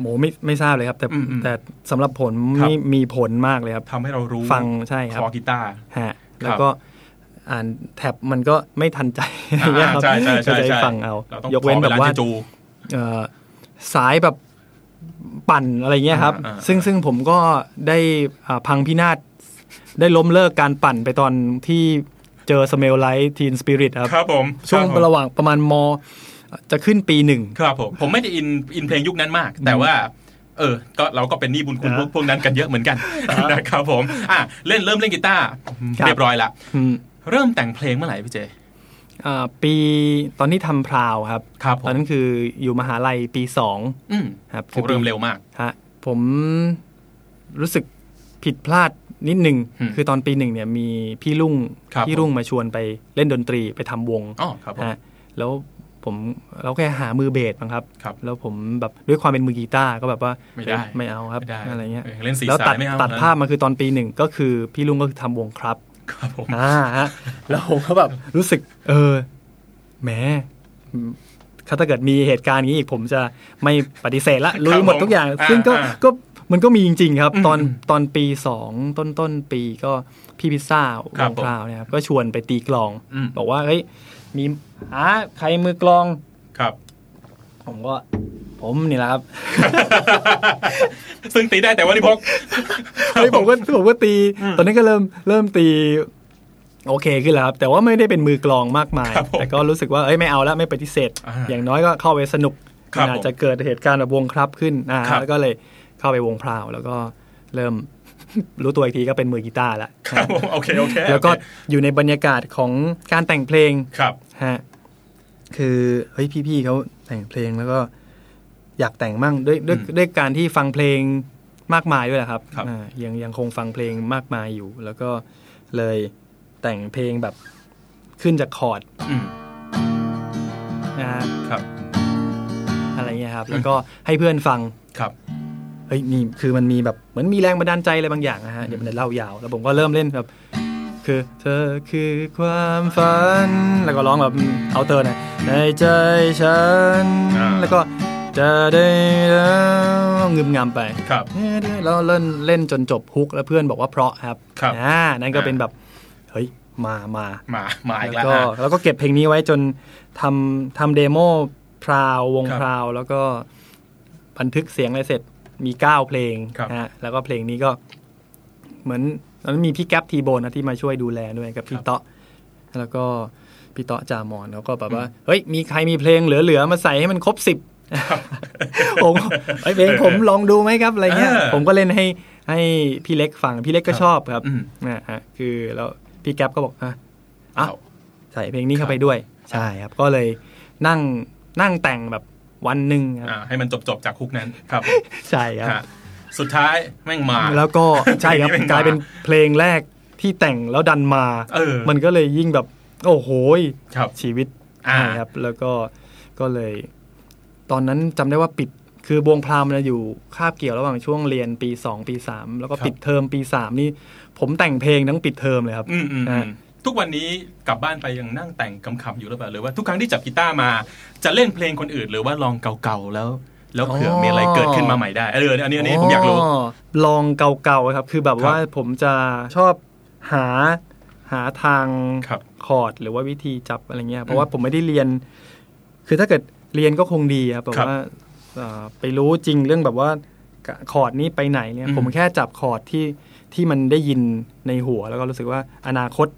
Speaker 3: หมูไม่ไม่ทราบเลยครับ แต่
Speaker 2: อืมอืม
Speaker 3: แต่สำหรับผล
Speaker 2: ครับ
Speaker 3: นี่มีผลมากเลยครับ
Speaker 2: ทำให้เรารู้
Speaker 3: ฟังใช่ครับ
Speaker 2: คอกีตาร์
Speaker 3: ฮะแล้วก็อ่านแท็บมันก็ไม่ทันใจ
Speaker 2: อ่า
Speaker 3: เงี้ยครับ
Speaker 2: ใช่ใช่ใช่
Speaker 3: ก็จะ
Speaker 2: ใช่
Speaker 3: ได้ฟังเอา
Speaker 2: เราต้อง
Speaker 3: ยกเว้นแบบ
Speaker 2: ขอ
Speaker 3: ว่า
Speaker 2: ลจะจู
Speaker 3: เอ่อสายแบบปั่นอะไรเงี้ยครับ
Speaker 2: อ่าอ่า
Speaker 3: ซึ่งซึ่งผมก็ได้อ่าพังพินาศได้ล้มเลิกการปั่นไปตอนที่เจอสเมลไลท์ทีนสปิริตครับ
Speaker 2: ครับผม
Speaker 3: ช่ว
Speaker 2: ค
Speaker 3: ง
Speaker 2: บผม
Speaker 3: ระหว่างประมาณม จะขึ้นปีหนึ่ง
Speaker 2: ครับผมผมไม่ได้อินอินเพลงยุคนั้นมาก แต่ว่า เออ ก็เราก็เป็นหนี้บุญคุณ
Speaker 3: อ่า
Speaker 2: พวกพวกนั้นกันเยอะเหมือนกัน นะครับผมอ่ะเล่นเริ่มเล่นกีตาร์
Speaker 3: ครับ
Speaker 2: เรียบร้อยละ
Speaker 3: อืม
Speaker 2: เริ่มแต่งเพลงเมื่อไหร่พี่เจ
Speaker 3: อ่าปีตอนที่ทำพราวครับ
Speaker 2: ครับผ
Speaker 3: ตอน
Speaker 2: ม
Speaker 3: นั้นคืออยู่มหาลัยปีสอง
Speaker 2: อืม
Speaker 3: ครับ
Speaker 2: ผมเริ่มเร็วมาก
Speaker 3: ฮะผมรู้สึกผิดพลาดนิดหนึ่ง
Speaker 2: อืม
Speaker 3: คือตอนปีหนึ่งเนี่ยมีพี่ลุง
Speaker 2: ครับ
Speaker 3: พี่ลุงมาชวนไปเล่นดนตรีไปทำวง
Speaker 2: อ๋อครับผม
Speaker 3: ฮะแล้วผมเราแค่หามือเบสมั้งครับ
Speaker 2: ครับ
Speaker 3: แล้วผมแบบด้วยความเป็นมือกีตาร์ก็แบบว่า
Speaker 2: ไม่ได้
Speaker 3: เอ้ยไม่เอาครับ
Speaker 2: ไม่ได้
Speaker 3: อะไรเงี้ย
Speaker 2: เล่นสี
Speaker 3: แล้ว
Speaker 2: สา
Speaker 3: ตั
Speaker 2: ย
Speaker 3: ด
Speaker 2: ไม่เอา
Speaker 3: ตัดภาพมาคือตอนปีหนึ่งก็คือพี่ลุงก็คือทำวงครับ
Speaker 2: ครับผม
Speaker 3: อ่า ฮะแล้วผมก็แบบ รู้สึก เออแหม ถ้าเกิดมีเหตุการณ์อย่างนี้อีกผมจะไม่ปฏิเสธละลุยหมดทุกอย่าง
Speaker 2: ผมอ่า
Speaker 3: ซึ่งก็
Speaker 2: อ่า
Speaker 3: ก็ มันก็มีจริง ๆ ครับ
Speaker 2: อืม
Speaker 3: ตอนตอนปีสองต้นต้นปีก็พี่พิซซ่าว
Speaker 2: ครับ
Speaker 3: งคราวเนี่ยครับก็ชวนไปตีกลอง
Speaker 2: อืม
Speaker 3: บอกว่าเฮ้ยมีหาใครมือกลอง
Speaker 2: ครับ
Speaker 3: ผมก็ ผมนี่แหละครับ
Speaker 2: ซึ่งตีได้แต่ว่านี่พก
Speaker 3: เฮ้ยผมก็ผมก็ตี ตอนนี้ก็เริ่มเริ่มตี โอเคขึ้นแล้วครับ แต่ว่าไม่ได้เป็นมือกลองมากมาย
Speaker 2: ครับผม
Speaker 3: แต่ก็รู้สึกว่าเอ้ยไม่เอาแล้วไม่ปฏิเสธ
Speaker 2: อ่า
Speaker 3: อย่างน้อยก็เข้าไปสนุก
Speaker 2: ครับ
Speaker 3: มันอาจจะเกิดเหตุการณ์แบบวงครับขึ้นอ่า
Speaker 2: ครับ
Speaker 3: แล้วก็เลยเข้าไปวงพราว แล้วก็เริ่ม รู้ตัวอีกทีก็เป็นมือกีตาร์ละ
Speaker 2: ครับผมโอเคโอเค
Speaker 3: แล้วก็
Speaker 2: โอเค
Speaker 3: อยู่ในบรรยากาศของการแต่งเพลง
Speaker 2: ครับ
Speaker 3: ฮะคือเฮ้ยพี่ๆเขาแต่งเพลงแล้วก็อยากแต่งมั่งด้วยด้วย
Speaker 2: อืม
Speaker 3: ด้วยการที่ฟังเพลงมากมายด้วยแหละครับ
Speaker 2: ครับ
Speaker 3: อ่ายังยังคงฟังเพลงมากมายอยู่ แล้วก็เลยแต่งเพลงแบบขึ้นจากคอร์ด
Speaker 2: อืม
Speaker 3: นะฮะ
Speaker 2: ครับ
Speaker 3: อะไรเงี้ยครับ แล้วก็ให้เพื่อนฟัง
Speaker 2: ครับ
Speaker 3: เฮ้ยนี่คือมันมีแบบเหมือนมีแรงบันดาลใจอะไรบางอย่างนะฮะเดี๋ยวมันจะเล่ายาว แล้วผมก็เริ่มเล่นแบบ คือเธอคือความฝัน แล้วก็ร้องแบบเอาเธอหน่อยในใจฉัน
Speaker 2: อ่า
Speaker 3: แล้วก็จะได้แล้วงึมงำไป
Speaker 2: ครับ
Speaker 3: แล้วเล่นเล่นจนจบฮุก แล้วเพื่อนบอกว่าเพราะครับ
Speaker 2: ครับ
Speaker 3: อ่านั่นก็
Speaker 2: อ่า
Speaker 3: เป็นแบบ เฮ้ย มามา
Speaker 2: มามาอีกแล้ว
Speaker 3: ก็
Speaker 2: ฮะ
Speaker 3: แล้วก็เก็บเพลงนี้ไว้จนทำทำเดโมพราววง
Speaker 2: ครับ
Speaker 3: พราว แล้วก็บันทึกเสียงอะไรเสร็จมี 9 เพลง
Speaker 2: ครับ
Speaker 3: นะฮะแล้วก็เพลงนี้ก็ เหมือนตอนนั้นมีพี่แก๊ปทีโบนนะที่มาช่วยดูแลด้วยกับพี่เตาะแล้วก็พี่เตาะจามอนแล้วก็แบบว่า เฮ้ย มีใครมีเพลงเหลือๆมาใส่ให้มันครบสิบ ผมก็เฮ้ยเพลงผมลองดูไหมครับอะไรเงี้ย
Speaker 2: เออ
Speaker 3: ผมก็เล่นให้ให้พี่เล็กฟังพี่เล็กก็ชอบครับ
Speaker 2: อืม
Speaker 3: นะฮะคือแล้วพี่แก๊ปก็บอกฮะอ้า
Speaker 2: เอา
Speaker 3: วใส่เพลงนี้เข้าไปด้วย ใช่ครับ ก็เลยนั่งนั่งแต่งแบบวันหนึ่งครับ
Speaker 2: อ่าให้มันจบจบๆจากคุกนั้นครับ
Speaker 3: ใช่ครับ
Speaker 2: ฮะสุดท้ายแม่งมา
Speaker 3: แล้วก็ ใช่ครับ
Speaker 2: เพลงนี้
Speaker 3: กลายเป็น
Speaker 2: มา
Speaker 3: เพลงแรกที่แต่งแล้วดันมา
Speaker 2: เออ
Speaker 3: มันก็เลยยิ่งแบบ โอ้โหย
Speaker 2: ครับ
Speaker 3: ชีวิต
Speaker 2: อ่า
Speaker 3: ใช่ครับ แล้วก็ก็เลย ตอนนั้นจำได้ว่าปิดคือวงพราหมณ์เนี่ยอยู่คาบเกี่ยวระหว่างช่วงเรียนปี 2 ปี 3 แล้ว
Speaker 2: ค
Speaker 3: ก็
Speaker 2: รับ
Speaker 3: ปิดเทอมปี 3 นี่ ผมแต่งเพลงทั้งปิดเทอมเลยครับ
Speaker 2: อืมอืมอื
Speaker 3: ฮะ
Speaker 2: มทุกวันนี้กลับบ้านไปยังนั่งแต่งกำขับอยู่หรือเปล่าหรือว่าทุกครั้งที่จับกีตาร์มา จะเล่นเพลงคนอื่น หรือว่าลองเก่าๆแล้ว แล้วเผื่อมีอะไรเกิดขึ้นมาใหม่ได้เอออันนี้อันนี้ผมอยากรู้
Speaker 3: ลองเก่าๆครับ คือแบบ
Speaker 2: ครับ
Speaker 3: ว่าผมจะชอบหาหาทาง
Speaker 2: ครับ
Speaker 3: คอร์ดหรือว่าวิธีจับอะไรเงี้ย เพราะว่าผมไม่ได้เรียน คือถ้าเกิดเรียนก็คงดีครับแบบ
Speaker 2: ครับ
Speaker 3: ว่าเอ่อไปรู้จริงเรื่องแบบว่าคอร์ดนี้ไปไหนเนี่ย
Speaker 2: อืม
Speaker 3: ผมแค่จับคอร์ดที่ที่มันได้ยินในหัว แล้วก็รู้สึกว่าอนาคต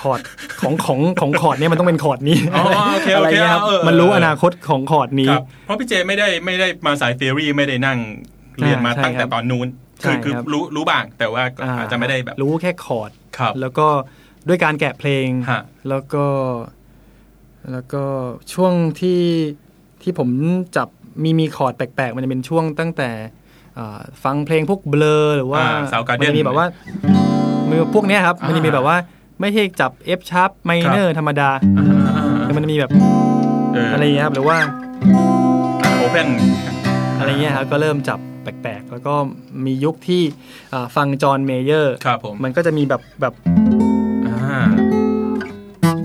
Speaker 3: คอร์ด ของของของคอร์ดเนี่ยมันต้องเป็นคอร์ดนี้
Speaker 2: อ๋อโอเคโอเค
Speaker 3: อะไรเงี้ยครับ
Speaker 2: เออเออ
Speaker 3: มันรู้อนาคตของคอร์ดนี้
Speaker 2: ครับเพราะพี่เจไม่ได้ไม่ได้มาสายเทอรี่ไม่ได้นั่งเรียนมา
Speaker 3: อ่าใช่
Speaker 2: ตั้งแต่
Speaker 3: ครับ
Speaker 2: ตอนนู้นคือ
Speaker 3: ใช่
Speaker 2: คือ
Speaker 3: ครับ
Speaker 2: รู้รู้บ้างแต่ว่าก็อาจจะไม่ได้แบบ
Speaker 3: รู้แค่คอร์ด
Speaker 2: ครับ
Speaker 3: แล้วก็ด้วยการแกะเพลง
Speaker 2: ฮะ
Speaker 3: แล้วก็ แล้วก็ช่วงที่ที่ผมจับมีมีคอร์ดแปลกๆ มันจะเป็นช่วงตั้งแต่อ่าฟังเพลงพวกเบลอหรือว่า
Speaker 2: อ่า Soundgarden
Speaker 3: มัจะมีแบบว่ามือพวกเนี้ยครับ
Speaker 2: อ่ามั
Speaker 3: มันจะมีแบบว่าไม่ใช่จับ F sharp minor ธรรมดา แต่มันจะมีแบบ
Speaker 2: เ
Speaker 3: อะไรอย่างเงี้ยครับ หรือว่า
Speaker 2: โอเพน
Speaker 3: อะไรเงี้ยครับ ก็เริ่มจับแปลกๆ แล้วก็มียุคที่อ่าฟังจอห์นเมเยอร์
Speaker 2: ครับผม
Speaker 3: มันก็จะมีแบบแบบ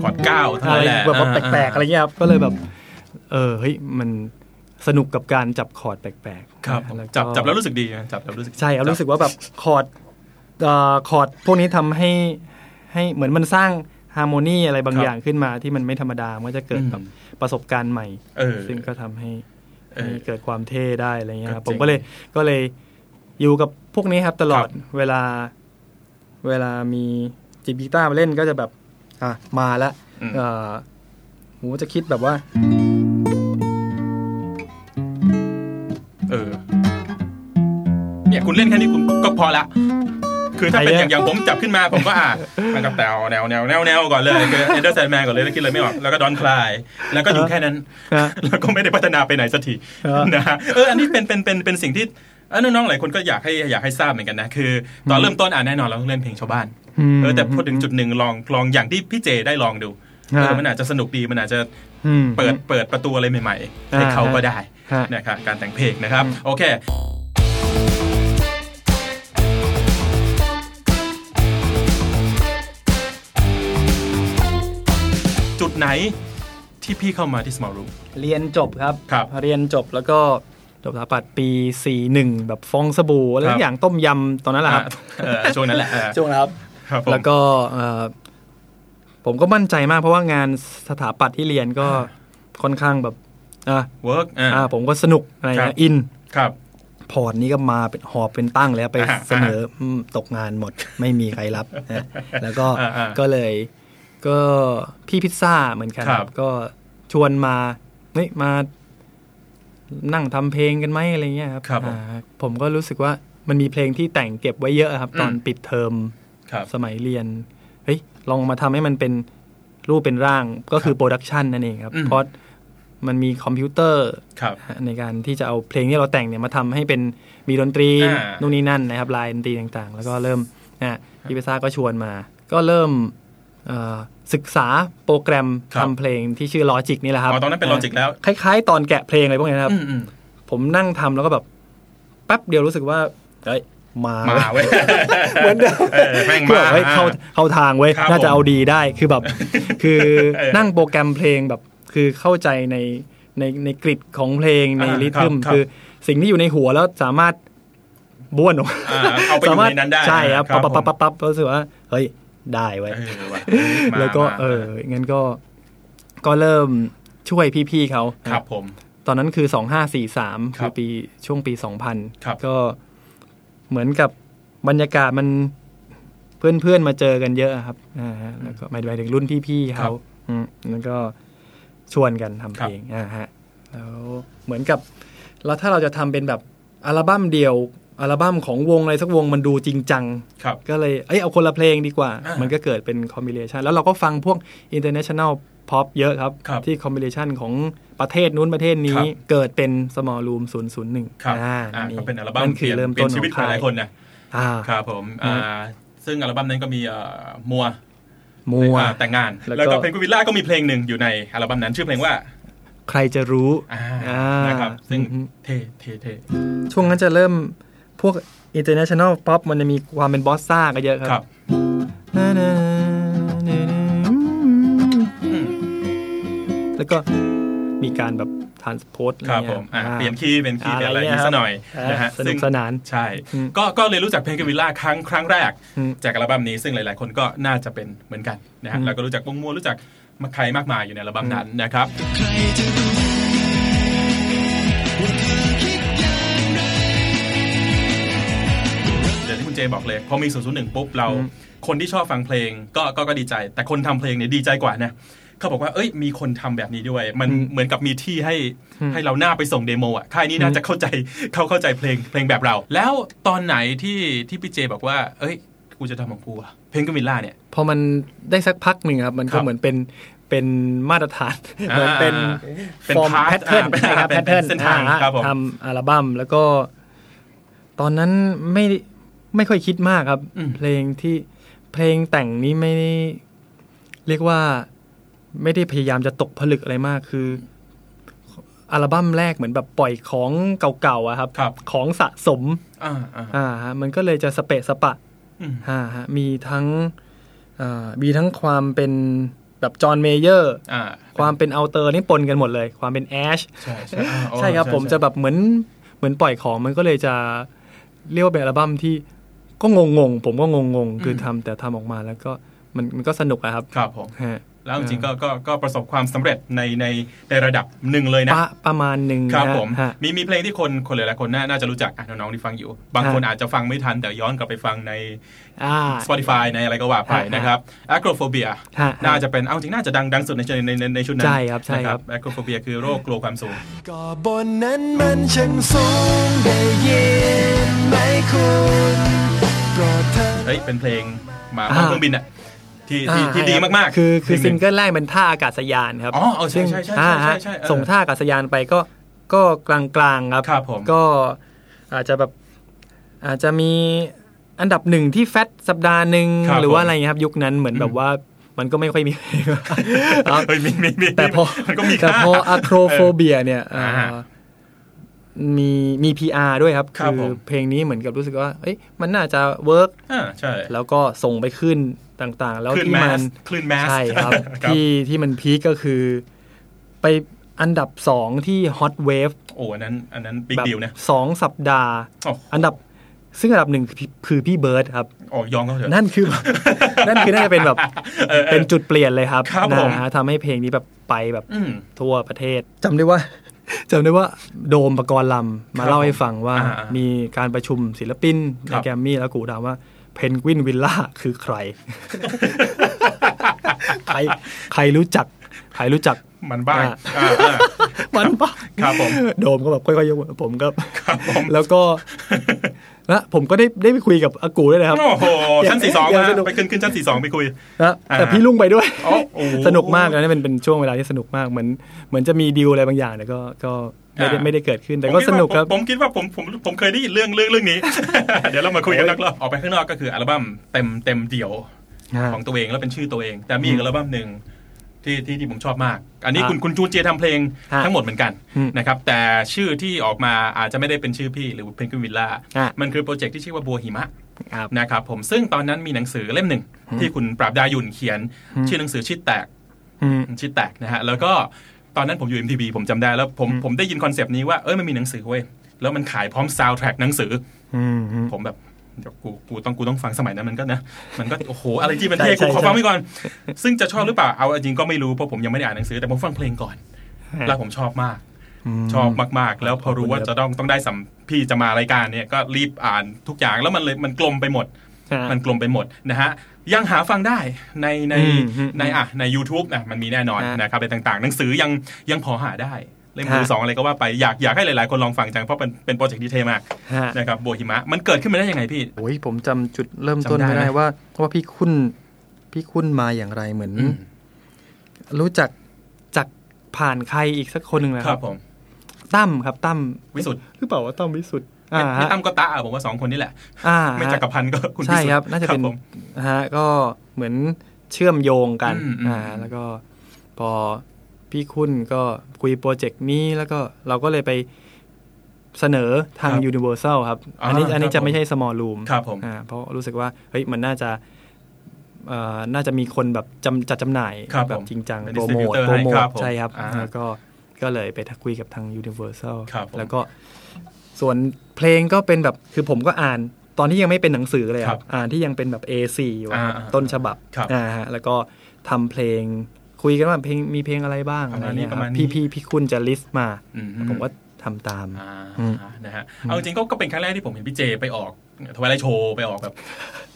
Speaker 2: กอดก้าวเท่า
Speaker 3: อะไร
Speaker 2: นั้นหละ
Speaker 3: แบบว่าแปลกๆ
Speaker 2: า
Speaker 3: อะไรเงี้ยครับ ก็เลยแบบ เออเฮ้ยมันสนุกกับการจับคอร์ดแปลกๆ
Speaker 2: ครับ
Speaker 3: ก็
Speaker 2: จับจับแล้วรู้สึกดีนะจับแล้วรู้สึก
Speaker 3: ใช่ครับ
Speaker 2: จับ
Speaker 3: รู้สึกว่าแบบคอร์ดเอ่อคอร์ดพวกนี้ทำให้ให้เหมือนมันสร้างฮาร์โมนีอะไรบาง
Speaker 2: ครับ
Speaker 3: อย่างขึ้นมาที่มันไม่ธรรมดา มันก็จะเกิด
Speaker 2: อืม
Speaker 3: แบบประสบการณ์ใหม่
Speaker 2: เออ
Speaker 3: ซึ่งก็ทำให้
Speaker 2: เออ
Speaker 3: ให้เกิดความเท่ได้อะไรเงี้ยครับ
Speaker 2: ก็จ
Speaker 3: ผ
Speaker 2: ริ
Speaker 3: ม
Speaker 2: ง
Speaker 3: ก็เลยก็เลยอยู่กับพวกนี้ครับตลอด
Speaker 2: ครับ
Speaker 3: เวลาเวลามีจิบกีตาร์มาเล่นก็จะแบบอ่ะมาละ
Speaker 2: อืม
Speaker 3: เอ่อผมจะคิดแบบว่า
Speaker 2: เออ เนี่ยคุณเล่นแค่นี้คุณก็พอละ คือถ้าเป็น
Speaker 3: ไอ้
Speaker 2: อ
Speaker 3: เนี่ย
Speaker 2: ย่างอย่างผมจับขึ้นมาผมก็ อ่ะมันกับแนวแนวแนวแนวแนวก่อนเลยคือเอนเดอร์แซนแมนก่อนเลยแล้วคิดเลยไม่ออกแล้วก็ดอนคลาย แล้วก็อยู่แค่นั้น
Speaker 3: ฮะ
Speaker 2: แล้วก็ไม่ได้พัฒนาไปไหนสักที
Speaker 3: เออ
Speaker 2: นะฮะเอออันนี้เป็นเป็นเป็นเป็นสิ่งที่เออน้องๆหลายคนก็อยากให้อยากให้ทราบเหมือนกันนะคือตอนเริ่มต้นอ่านแน่นอนเราต้องเล่นเพลงชาวบ้าน
Speaker 3: อืม
Speaker 2: เออแต่พอถึงจุดหนึ่งลองลองอย่างที่พี่เจได้ลองดูเออ
Speaker 3: ฮะ
Speaker 2: มันอาจจะสนุกดีมันอาจจะ
Speaker 3: อืม
Speaker 2: เปิดเปิดประตูอะไรใหม่ๆ ให้
Speaker 3: อ่า
Speaker 2: เขาก็ได้
Speaker 3: ฮะ
Speaker 2: นะครับการแต่งเพลงนะครับ โอเค จุดไหนที่พี่เข้ามาที่ Small Room
Speaker 3: เรียนจบครับ
Speaker 2: ครับ
Speaker 3: เรียนจบแล้วก็ จบสถาปัตย์ปี 41 แบบฟองสบู่อะไร
Speaker 2: ครับ
Speaker 3: อย่างต้มยำตอนนั้นแหละครับ
Speaker 2: เออช่วง นั้นแหละเออ
Speaker 3: ช่วงนั้นครับ
Speaker 2: ครับผม
Speaker 3: แล้วก็เอ่อผมก็มั่นใจมากเพราะว่างานสถาปัตย์ที่เรียนก็ค่อนข้างแบบอ่ะ
Speaker 2: work อ่า
Speaker 3: อ่าผมก็สนุกอะไร
Speaker 2: ครับ
Speaker 3: เงี้ยอิน
Speaker 2: ครับ
Speaker 3: พอร์ตนี้ก็มาเป็นหอบเป็นตั้งแล้วไป
Speaker 2: อ่า
Speaker 3: เสนออืมตกงานหมด ไม่มีใครรับนะแล้วก็
Speaker 2: อ่าอ่า
Speaker 3: ก็เลย ก็พี่พิซซ่าเหมือนกัน
Speaker 2: ครับ
Speaker 3: ครับก็ชวนมาเฮ้ยมานั่งทำเพลงกันไหมอะไรเงี้ยครับ
Speaker 2: ครับผม
Speaker 3: อ่าผมก็รู้สึกว่ามันมีเพลงที่แต่งเก็บไว้เยอะครับ ตอน
Speaker 2: อืม
Speaker 3: ปิดเทอม
Speaker 2: ครับ
Speaker 3: สมัยเรียน เฮ้ย ลองมาทำให้มันเป็นรูปเป็นร่างก็คือโปรดักชันนั่นเองครับ
Speaker 2: อืม
Speaker 3: เพราะมันมีคอมพิวเตอร์
Speaker 2: ครับ
Speaker 3: ในการที่จะเอาเพลงที่เราแต่งเนี่ยมาทำให้เป็นมีดนตรี
Speaker 2: อ่านู่
Speaker 3: นู่นนี่นั่นนะครับลายดนตรีต่างๆ แล้วก็เริ่มนะพี่เปซ่าก็ชวนมา ก็เริ่มเอ่อศึกษาโปรแกรม
Speaker 2: ครับ
Speaker 3: ทำเพลงที่ชื่อ Logic นี่แหละครับ
Speaker 2: อ๋อตอนนั้นเป็น Logic แล้ว
Speaker 3: คล้ายๆ ตอนแกะเพลงอะไรพวกนี้นะครับ
Speaker 2: อืมอืม
Speaker 3: ผมนั่งทำแล้วก็แบบแป๊บเดียวรู้สึกว่าเฮ้ยมา
Speaker 2: มาเว้ยเหมือนเดิมแม่ง
Speaker 3: เพื่อ
Speaker 2: มา
Speaker 3: เฮ้ยเข้าเข้าทางเว้ย
Speaker 2: ครับ
Speaker 3: น่าจะเอา
Speaker 2: ผม
Speaker 3: ดีได้คือ แบบ คือ
Speaker 2: เออ
Speaker 3: นั่งโปรแกรมเพลงแบบคือเข้าใจในในในกริดของเพลงใน
Speaker 2: อ่า
Speaker 3: ริทึม
Speaker 2: ครับครับ
Speaker 3: คือสิ่งที่อยู่ในหัวแล้วสามารถบ้วนออก
Speaker 2: อ่าเอาไปอยู่
Speaker 3: สามารถ
Speaker 2: ในนั้นได้
Speaker 3: ใช่ครับ
Speaker 2: ครับ
Speaker 3: ปั๊บปั๊บ
Speaker 2: ผม
Speaker 3: ปั๊บปั๊บรู้สึกว่าเฮ้ยได้เว้ย
Speaker 2: เออว่ะมา
Speaker 3: แล้วก็
Speaker 2: มา
Speaker 3: เอองั้นก็ก็เริ่มช่วยพี่ๆเขา
Speaker 2: ครับผม
Speaker 3: ตอนนั้นคือสองห้าสี่สาม
Speaker 2: ครั
Speaker 3: คื
Speaker 2: บ
Speaker 3: อปีช่วงปีสองพัน
Speaker 2: ครับ
Speaker 3: ก็เหมือนกับบรรยากาศมันเพื่อนเพื่อนๆมาเจอกันเยอะครับอ่าฮะแล้วก็หมายถึงรุ่นพี่ๆ
Speaker 2: ครั
Speaker 3: เขา
Speaker 2: บ
Speaker 3: อืมแล้วก็ชวนกันทำ
Speaker 2: ค
Speaker 3: เพ
Speaker 2: รับ
Speaker 3: ลงอ่าฮะแล้วเหมือนกับแล้วถ้าเราจะทำเป็นแบบอัลบั้มเดียว อัลบั้มของวงอะไรสักวงมันดูจริงจัง
Speaker 2: ครับ
Speaker 3: ก็เลยเอ้ยเอาคนละเพลงดีกว่า
Speaker 2: อ่ามั
Speaker 3: มันก็เกิดเป็นคอมบิเ t ชันแล้วเราก็ฟังพวก international pop เยอะครับ
Speaker 2: ครับ
Speaker 3: ที่คอมบิเ t ชันของประเทศนู้นประเทศ
Speaker 2: ค
Speaker 3: นี้
Speaker 2: รับ
Speaker 3: เกิดเป็น small room 001
Speaker 2: ครับ
Speaker 3: อ่า
Speaker 2: อ่า
Speaker 3: นี่
Speaker 2: ก็เป็นอัลบั้ม
Speaker 3: นั่นคือเริ่ม
Speaker 2: เปลี่
Speaker 3: ต้
Speaker 2: ย
Speaker 3: น
Speaker 2: นชีวิต
Speaker 3: ข
Speaker 2: ขอ
Speaker 3: อง ง
Speaker 2: หลายคนนะ
Speaker 3: อ่า
Speaker 2: ครับผมอ่าซึ่งอัลบั้มนั้นก็มีเอ่อมัว
Speaker 3: มัว
Speaker 2: อ่าแต่งงาน
Speaker 3: แล้วก็
Speaker 2: แล้วก็เพนกวิลล่าก็มีเพลงหนึ่งอยู่ในอัลบั้มนั้นชื่อเพลงว่า
Speaker 3: ใครจะรู้
Speaker 2: อ่า
Speaker 3: อ่า
Speaker 2: นะครับซึ่ง
Speaker 3: อืม
Speaker 2: เท่เท่เท่
Speaker 3: ช่วงนั้นจะเริ่มพวก international pop มันจะมีความเป็นบอสซ่าก็เยอะค
Speaker 2: ครั
Speaker 3: รับ บนะนะนะนะ
Speaker 2: อืม
Speaker 3: แล้วก็มีการแบบ transport อะ
Speaker 2: ค
Speaker 3: ไร
Speaker 2: รับผ
Speaker 3: เงี้
Speaker 2: ม
Speaker 3: ย
Speaker 2: อ่า
Speaker 3: อ่า
Speaker 2: เปลี่ยนคีย์เป็นคีย์เป็นอะไรอย่างนี้ซะหน่อย
Speaker 3: อ่าน
Speaker 2: นะฮะ
Speaker 3: สนุก
Speaker 2: ซึ่ง
Speaker 3: สนาน
Speaker 2: ใช่
Speaker 3: อืม
Speaker 2: ก็ก็เลยรู้จักเพลงกวิลล่าครั้งครั้งแรก
Speaker 3: อืม
Speaker 2: จากอัลบั้มนี้ซึ่งหลาย ๆ คนก็น่าจะเป็นเหมือนกันนะฮะเราก็รู้จักวงมัวรู้จักมาใครมากมายอยู่ในอัลบั้มนั้นนะครับ เดี๋ยวที่คุณเจบอกเลยพอมี 001 ปุ๊บเรา คนที่ชอบฟังเพลงก็ก็ก็ดีใจ แต่คนทำเพลงเนี่ยดีใจกว่านะเขาบอกว่าเอ้ยมีคนทำแบบนี้ด้วย มันเหมือนกับมีที่ให้ให้เราหน้าไปส่งเดโมอ่ะค่ายนี้น่าจะเข้าใจเขาเข้าใจเพลงเพลงแบบเรา แล้วตอนไหนที่ที่พี่เจบอกว่า เอ้ยกูจะทำของกูอะเพลงกมิลล่าเนี่ย
Speaker 3: พอมันได้สักพักหนึ่งครับ มัน
Speaker 2: ครั
Speaker 3: ก็
Speaker 2: บ
Speaker 3: เหมือนเป็นเป็นมาตรฐาน
Speaker 2: อ่า
Speaker 3: เหมือนเป็น
Speaker 2: เป็น
Speaker 3: ฟอร์ม
Speaker 2: path
Speaker 3: แพทเทิร์น
Speaker 2: อ่าเป็นเป็น
Speaker 3: ใช่ครับแพทเทิร์น
Speaker 2: เส้นทางครับผม
Speaker 3: ทำอัลบั้มแล้วก็ ตอนนั้นไม่ไม่ค่อยคิดมากครับ
Speaker 2: อืม
Speaker 3: เพลงที่เพลงแต่งนี้ไม่ได้เรียกว่าไม่ได้พยายามจะตกผลึกอะไรมากคือ อัลบั้มแรกเหมือนแบบปล่อยของเก่าๆอะครับ
Speaker 2: ครับ
Speaker 3: ของสะสม
Speaker 2: อ่าอ่า
Speaker 3: อ่าฮะมันก็เลยจะสเปะสปะ
Speaker 2: อืม
Speaker 3: ฮะฮะมีทั้งเอ่อมีทั้งความเป็นแบบจอห์นเมเยอร์
Speaker 2: อ่า
Speaker 3: ความเป็นเอาเตอร์นี่ปนกันหมดเลย ความเป็นแอช
Speaker 2: ใช่ใช่อ่าโอ้
Speaker 3: ใช่ครับผม
Speaker 2: ใช่
Speaker 3: จะแบบเหมือนเหมือนปล่อยของมันก็เลยจะเรียกว่าเป็นอัลบั้มที่ก็งงงๆผมก็งงงๆคือทำแต่ทำออกมาแล้วก็มันมันก็สนุกอะครับ
Speaker 2: ครับผม
Speaker 3: ฮะ
Speaker 2: แล้วจริงๆก็ก็ก็ประสบความสำเร็จในในในระดับหนึ่งเลยนะ
Speaker 3: ปะประมาณหนึ่ง
Speaker 2: ครับ
Speaker 3: นะฮะ
Speaker 2: ผม
Speaker 3: ฮะ
Speaker 2: มีมีเพลงที่คนคนหลายๆคนน่าน่าจะรู้จักอ่ะน้องๆที่ฟังอยู่ บางคนอาจจะฟังไม่ทัน แต่ย้อนกลับไปฟังใน
Speaker 3: อ่า
Speaker 2: Spotify ในอะไรก็ว่าไป
Speaker 3: ฮะ
Speaker 2: นะครับ Acrophobia
Speaker 3: ฮะ
Speaker 2: น่าจะเป็นเอาจริงน่าจะดังดังสุดในในในในชุดนั้น
Speaker 3: ใช่ครับใช่ครับ
Speaker 2: นะ Acrophobia คือโรคกลัวความสูง
Speaker 4: ก็บนนั้นมันช่างสูงได้ยินไหมคุณโปรดเธอ
Speaker 2: เฮ้ย เป็นเพลงมาบนเครื่องบินอ่ะที่ที่ที่ดีมากๆ
Speaker 3: คือคือ
Speaker 2: เพลง
Speaker 3: ซิ
Speaker 2: ห
Speaker 3: ง
Speaker 2: นึ่
Speaker 3: เกิลแรกเป็นท่าอากาศยานครับ
Speaker 2: อ๋อเออใช่ใช่ใช่ใช่ใช่
Speaker 3: ซึ่งอ่าฮะ
Speaker 2: ใช่เออ
Speaker 3: ส่งท่าอากาศยานไปก็ก็กลางกลางๆครับ
Speaker 2: ครับผม
Speaker 3: ก็อาจจะแบบอาจจะมีอันดับหนึ่งที่แฟตสัปดาห์หนึ่ง
Speaker 2: ครับ
Speaker 3: หรือ
Speaker 2: ผ
Speaker 3: ว่าม อะไรเงี้ยครับ ยุคนั้นเหมือนแบบว่ามันก็ไม่ ค่อยมี ครับ
Speaker 2: เฮ้ยมีมีมี
Speaker 3: แต่พอ
Speaker 2: มันก็มี
Speaker 3: แต่พอ
Speaker 2: ค่า
Speaker 3: อะโครโฟเบียเนี่ยอ่า
Speaker 2: อ่าฮะ
Speaker 3: มีมี PR ด้วยครับ
Speaker 2: ครับผม
Speaker 3: เพลงนี้เหมือนกับรู้สึกว่าเอ้ยมันน่าจะเวิร์ก
Speaker 2: อ่าใช่
Speaker 3: แล้วก็ส่งไปขึ้นต่างๆ แล้ว
Speaker 2: คลื่น
Speaker 3: ที่มัน
Speaker 2: mass คลื่น mass
Speaker 3: ใช่ครับ
Speaker 2: ครับ
Speaker 3: ที่ที่มันพีคก็คือ ไป อันดับสองที่ Hot Wave
Speaker 2: โอ้อันนั้น อันนั้นบิ๊ก
Speaker 3: แบบ
Speaker 2: ดิวนะ
Speaker 3: สองสัปดาห์
Speaker 2: โอ้
Speaker 3: อันดับซึ่งอันดับหนึ่งคือพี่คือพี่เบิร์ดครับ
Speaker 2: ออกยองเขาเถอะ
Speaker 3: นั่นคือ นั่นคือน่าจะเป็นแบบ
Speaker 2: เออเออ
Speaker 3: เป็นจุดเปลี่ยนเลยครับ
Speaker 2: ครับผม
Speaker 3: นะฮะทำให้เพลงนี้แบบไปแบบ
Speaker 2: อืม
Speaker 3: ทั่วประเทศจำได้ว่า จำได้ว่าโดมประกรณ์ลำมาเล่าให้ฟังว่า
Speaker 2: อ่าอ่ามี
Speaker 3: มีการประชุมศิลปิน
Speaker 2: ค
Speaker 3: ใน
Speaker 2: รับ
Speaker 3: แกรมมี่แล้วกูถามว่าเพนกวินวิลล่าคือใคร ใค รใครรู้จัก ใครรู้จัก
Speaker 2: มันบ้าง
Speaker 3: อ่า
Speaker 2: อ่าอ่า
Speaker 3: มันปะ
Speaker 2: ครับผม
Speaker 3: โดมก็แบบค่อยๆยกมือผมก็
Speaker 2: ครับผม
Speaker 3: แล้วก็ นะผมก็ได้ได้ไปคุยกับอากูด้วยนะครับ
Speaker 2: โอ้โหชั้นสี่สอง
Speaker 3: อย่า
Speaker 2: นะ
Speaker 3: สนุก
Speaker 2: ไปขึ้นขึ้นชั้นสี่สองไปคุย
Speaker 3: นะ
Speaker 2: อ่า
Speaker 3: แต่พี่ลุงไปด้วย
Speaker 2: อ๋อโอ้โห
Speaker 3: สนุกมากนะนี่เป็นเป็นช่วงเวลาที่สนุกมากเหมือนเหมือนจะมีดีลอะไรบางอย่างแต่ก็ก็ไม่ได้
Speaker 2: อ่า
Speaker 3: ไม่ได้เกิดขึ้นแต่
Speaker 2: ผม
Speaker 3: ก็
Speaker 2: คิด
Speaker 3: ส
Speaker 2: ว่า
Speaker 3: นุกครับ
Speaker 2: ผมผมคิดว่าผมผมผมเคยได้ยินเรื่องเรื่องเรื่องนี้ เดี๋ยวเรามาคุยกันนอกรอบออกไปข้างนอกก็คืออัลบั้มเต็มเต็มเดี่ยว ของตัวเองแล้วเป็นชื่อตัวเอง แต่มีอีกอัลบั้มหนึ่งที่ที่ที่ผมชอบมาก อันนี้
Speaker 3: ฮะ
Speaker 2: คุณคุณจูนเจยทำเพลง
Speaker 3: ฮะ
Speaker 2: ทั้งหมดเหมือนกัน
Speaker 3: อืม
Speaker 2: นะครับแต่ชื่อที่ออกมาอาจจะไม่ได้เป็นชื่อพี่หรือเพนกวินวิลล่า
Speaker 3: ฮะ
Speaker 2: มันคือโปรเจกต์ที่ชื่อว่าบัวหิมะ
Speaker 3: ครับ
Speaker 2: นะครับผมซึ่งตอนนั้นมีหนังสือเล่มหนึ่งที่คุณปราบดายุนเขียน ชื่อหนังสือชิดแตก
Speaker 3: อืม
Speaker 2: ชิดแตกนะฮะ แล้วก็ตอนนั้นผมอยู่ MTV ผมจำได้แล้วผมผมได้ยินคอนเซปต์นี้ว่าเอ้ยมันมีหนังสือเว้ยแล้วมันขายพร้อมซาวด์แทร็กหนังสืออ
Speaker 3: ม
Speaker 2: ผมแบบเดี๋ยวกูกูต้องกูต้องฟังสมัยนั้นมันก็นะ มันก็โอ้โห อะไรที่มัน
Speaker 3: ใช่
Speaker 2: เท่กู
Speaker 3: ใช่
Speaker 2: ขอ
Speaker 3: ใช่
Speaker 2: ฟังไว้ก่อน ซึ่งจะชอบหรือเปล่าเอาจริงก็ไม่รู้เพราะผมยังไม่ได้อ่านหนังสือแต่ผมฟังเพลงก่อน แล้วผมชอบมาก ชอบมากๆ แล้วพอรู้ว่าจะต้องต้องได้สัมพี่จะมารายการเนี่ยก็รีบอ่านทุกอย่างแล้วมันเลยมันกลมไปหมด
Speaker 3: ฮะ
Speaker 2: มันกลมไปหมดนะฮะยังหาฟังได้ในใน
Speaker 3: อืมอืม
Speaker 2: ในอ่ะใน u t u b e นะมันมีแน่นอน
Speaker 3: ฮะ
Speaker 2: นะครับในต่างๆ หนังสือยังยังพอหาได้ เล่มมือ
Speaker 3: ฮะ
Speaker 2: สองอะไรก็ว่าไปอยากอยากให้หลายๆ คนลองฟังจัง เพราะเป็นเป็นโปรเจกต์ดีเทลมาก
Speaker 3: ฮะ
Speaker 2: นะครับโบฮิมะ มันเกิดขึ้นมาได้ยังไงพี่
Speaker 3: โอ้ยผมจำจุดเริ่มต้น
Speaker 2: จำได้
Speaker 3: ไม่ได้
Speaker 2: ไหม
Speaker 3: ว่า ว่าพี่คุณพี่คุณมาอย่างไรเหมือน รู้จักจากผ่านใครอีกสักคนหนึ่งนะ
Speaker 2: ค
Speaker 3: ค
Speaker 2: รั
Speaker 3: รั
Speaker 2: บบ ผม
Speaker 3: ตั้มครับตั้ม
Speaker 2: วิสุทธ์
Speaker 3: หรือเปล่าว่าตั้มวิสุทธ์
Speaker 2: ไม่
Speaker 3: อ่า
Speaker 2: ไม่
Speaker 3: ฮะ
Speaker 2: ตั้มก็ตาอ่ะผมว่าสองคนนี่แหละ
Speaker 3: อ่า
Speaker 2: ไม่
Speaker 3: ฮะ
Speaker 2: จักรพันธ์ก็คุณ
Speaker 3: ใช่
Speaker 2: วิสุทธ์
Speaker 3: ครับ น่าจะเป็น
Speaker 2: ผม
Speaker 3: นะฮะก็เหมือนเชื่อมโยงกัน
Speaker 2: อืมอืม
Speaker 3: อ่าแล้วก็พอพี่คุณก็คุยโปรเจกต์นี้แล้วก็เราก็เลยไปเสนอทาง Universal ครับ อันนี้อันนี้จะไม่ใช่ small room
Speaker 2: ครับผม
Speaker 3: อ่าเพราะรู้สึกว่าเฮ้ยมันน่าจะเอ่อน่าจะมีคนแบบจำจัดจำหน่าย
Speaker 2: ครับ
Speaker 3: แบบ
Speaker 2: ผม
Speaker 3: จริงจัง
Speaker 2: เป็น
Speaker 3: โปรโมท
Speaker 2: distributor
Speaker 3: โปรโม
Speaker 2: ให้ครั
Speaker 3: ท
Speaker 2: บผม
Speaker 3: ใช่ครับ
Speaker 2: อ่า
Speaker 3: แล้วก็ก็เลยไปคุยกับทาง Universal
Speaker 2: ครับผม
Speaker 3: แล้วก็ส่วนเพลงก็เป็นแบบคือผมก็อ่านตอนที่ยังไม่เป็นหนังสือเลย
Speaker 2: ค
Speaker 3: ค
Speaker 2: รั
Speaker 3: รั
Speaker 2: บบ
Speaker 3: อ่านที่ยังเป็นแบบ A4 อยู่อะครับ
Speaker 2: อ่าอ่า
Speaker 3: ต้นฉบับ
Speaker 2: ครับ
Speaker 3: อ่าฮะแล้วก็ทำเพลงคุยกันว่าเพลงมีเพลงอะไรบ้าง
Speaker 2: ป
Speaker 3: อะ
Speaker 2: ระ
Speaker 3: ไร
Speaker 2: มาณนี้
Speaker 3: เงี้ยค
Speaker 2: ประมาณ
Speaker 3: รับ
Speaker 2: นี้
Speaker 3: พี่พี่พี่คุณจะลิสต์มา
Speaker 2: อืม
Speaker 3: ผมก็ทำตาม
Speaker 2: อ่า
Speaker 3: อืม
Speaker 2: นะฮะเอาจริงๆก็ก็เป็นครั้งแรกที่ผมเห็นพี่เจไปออกทวายไลโชว์ไปออกแบบ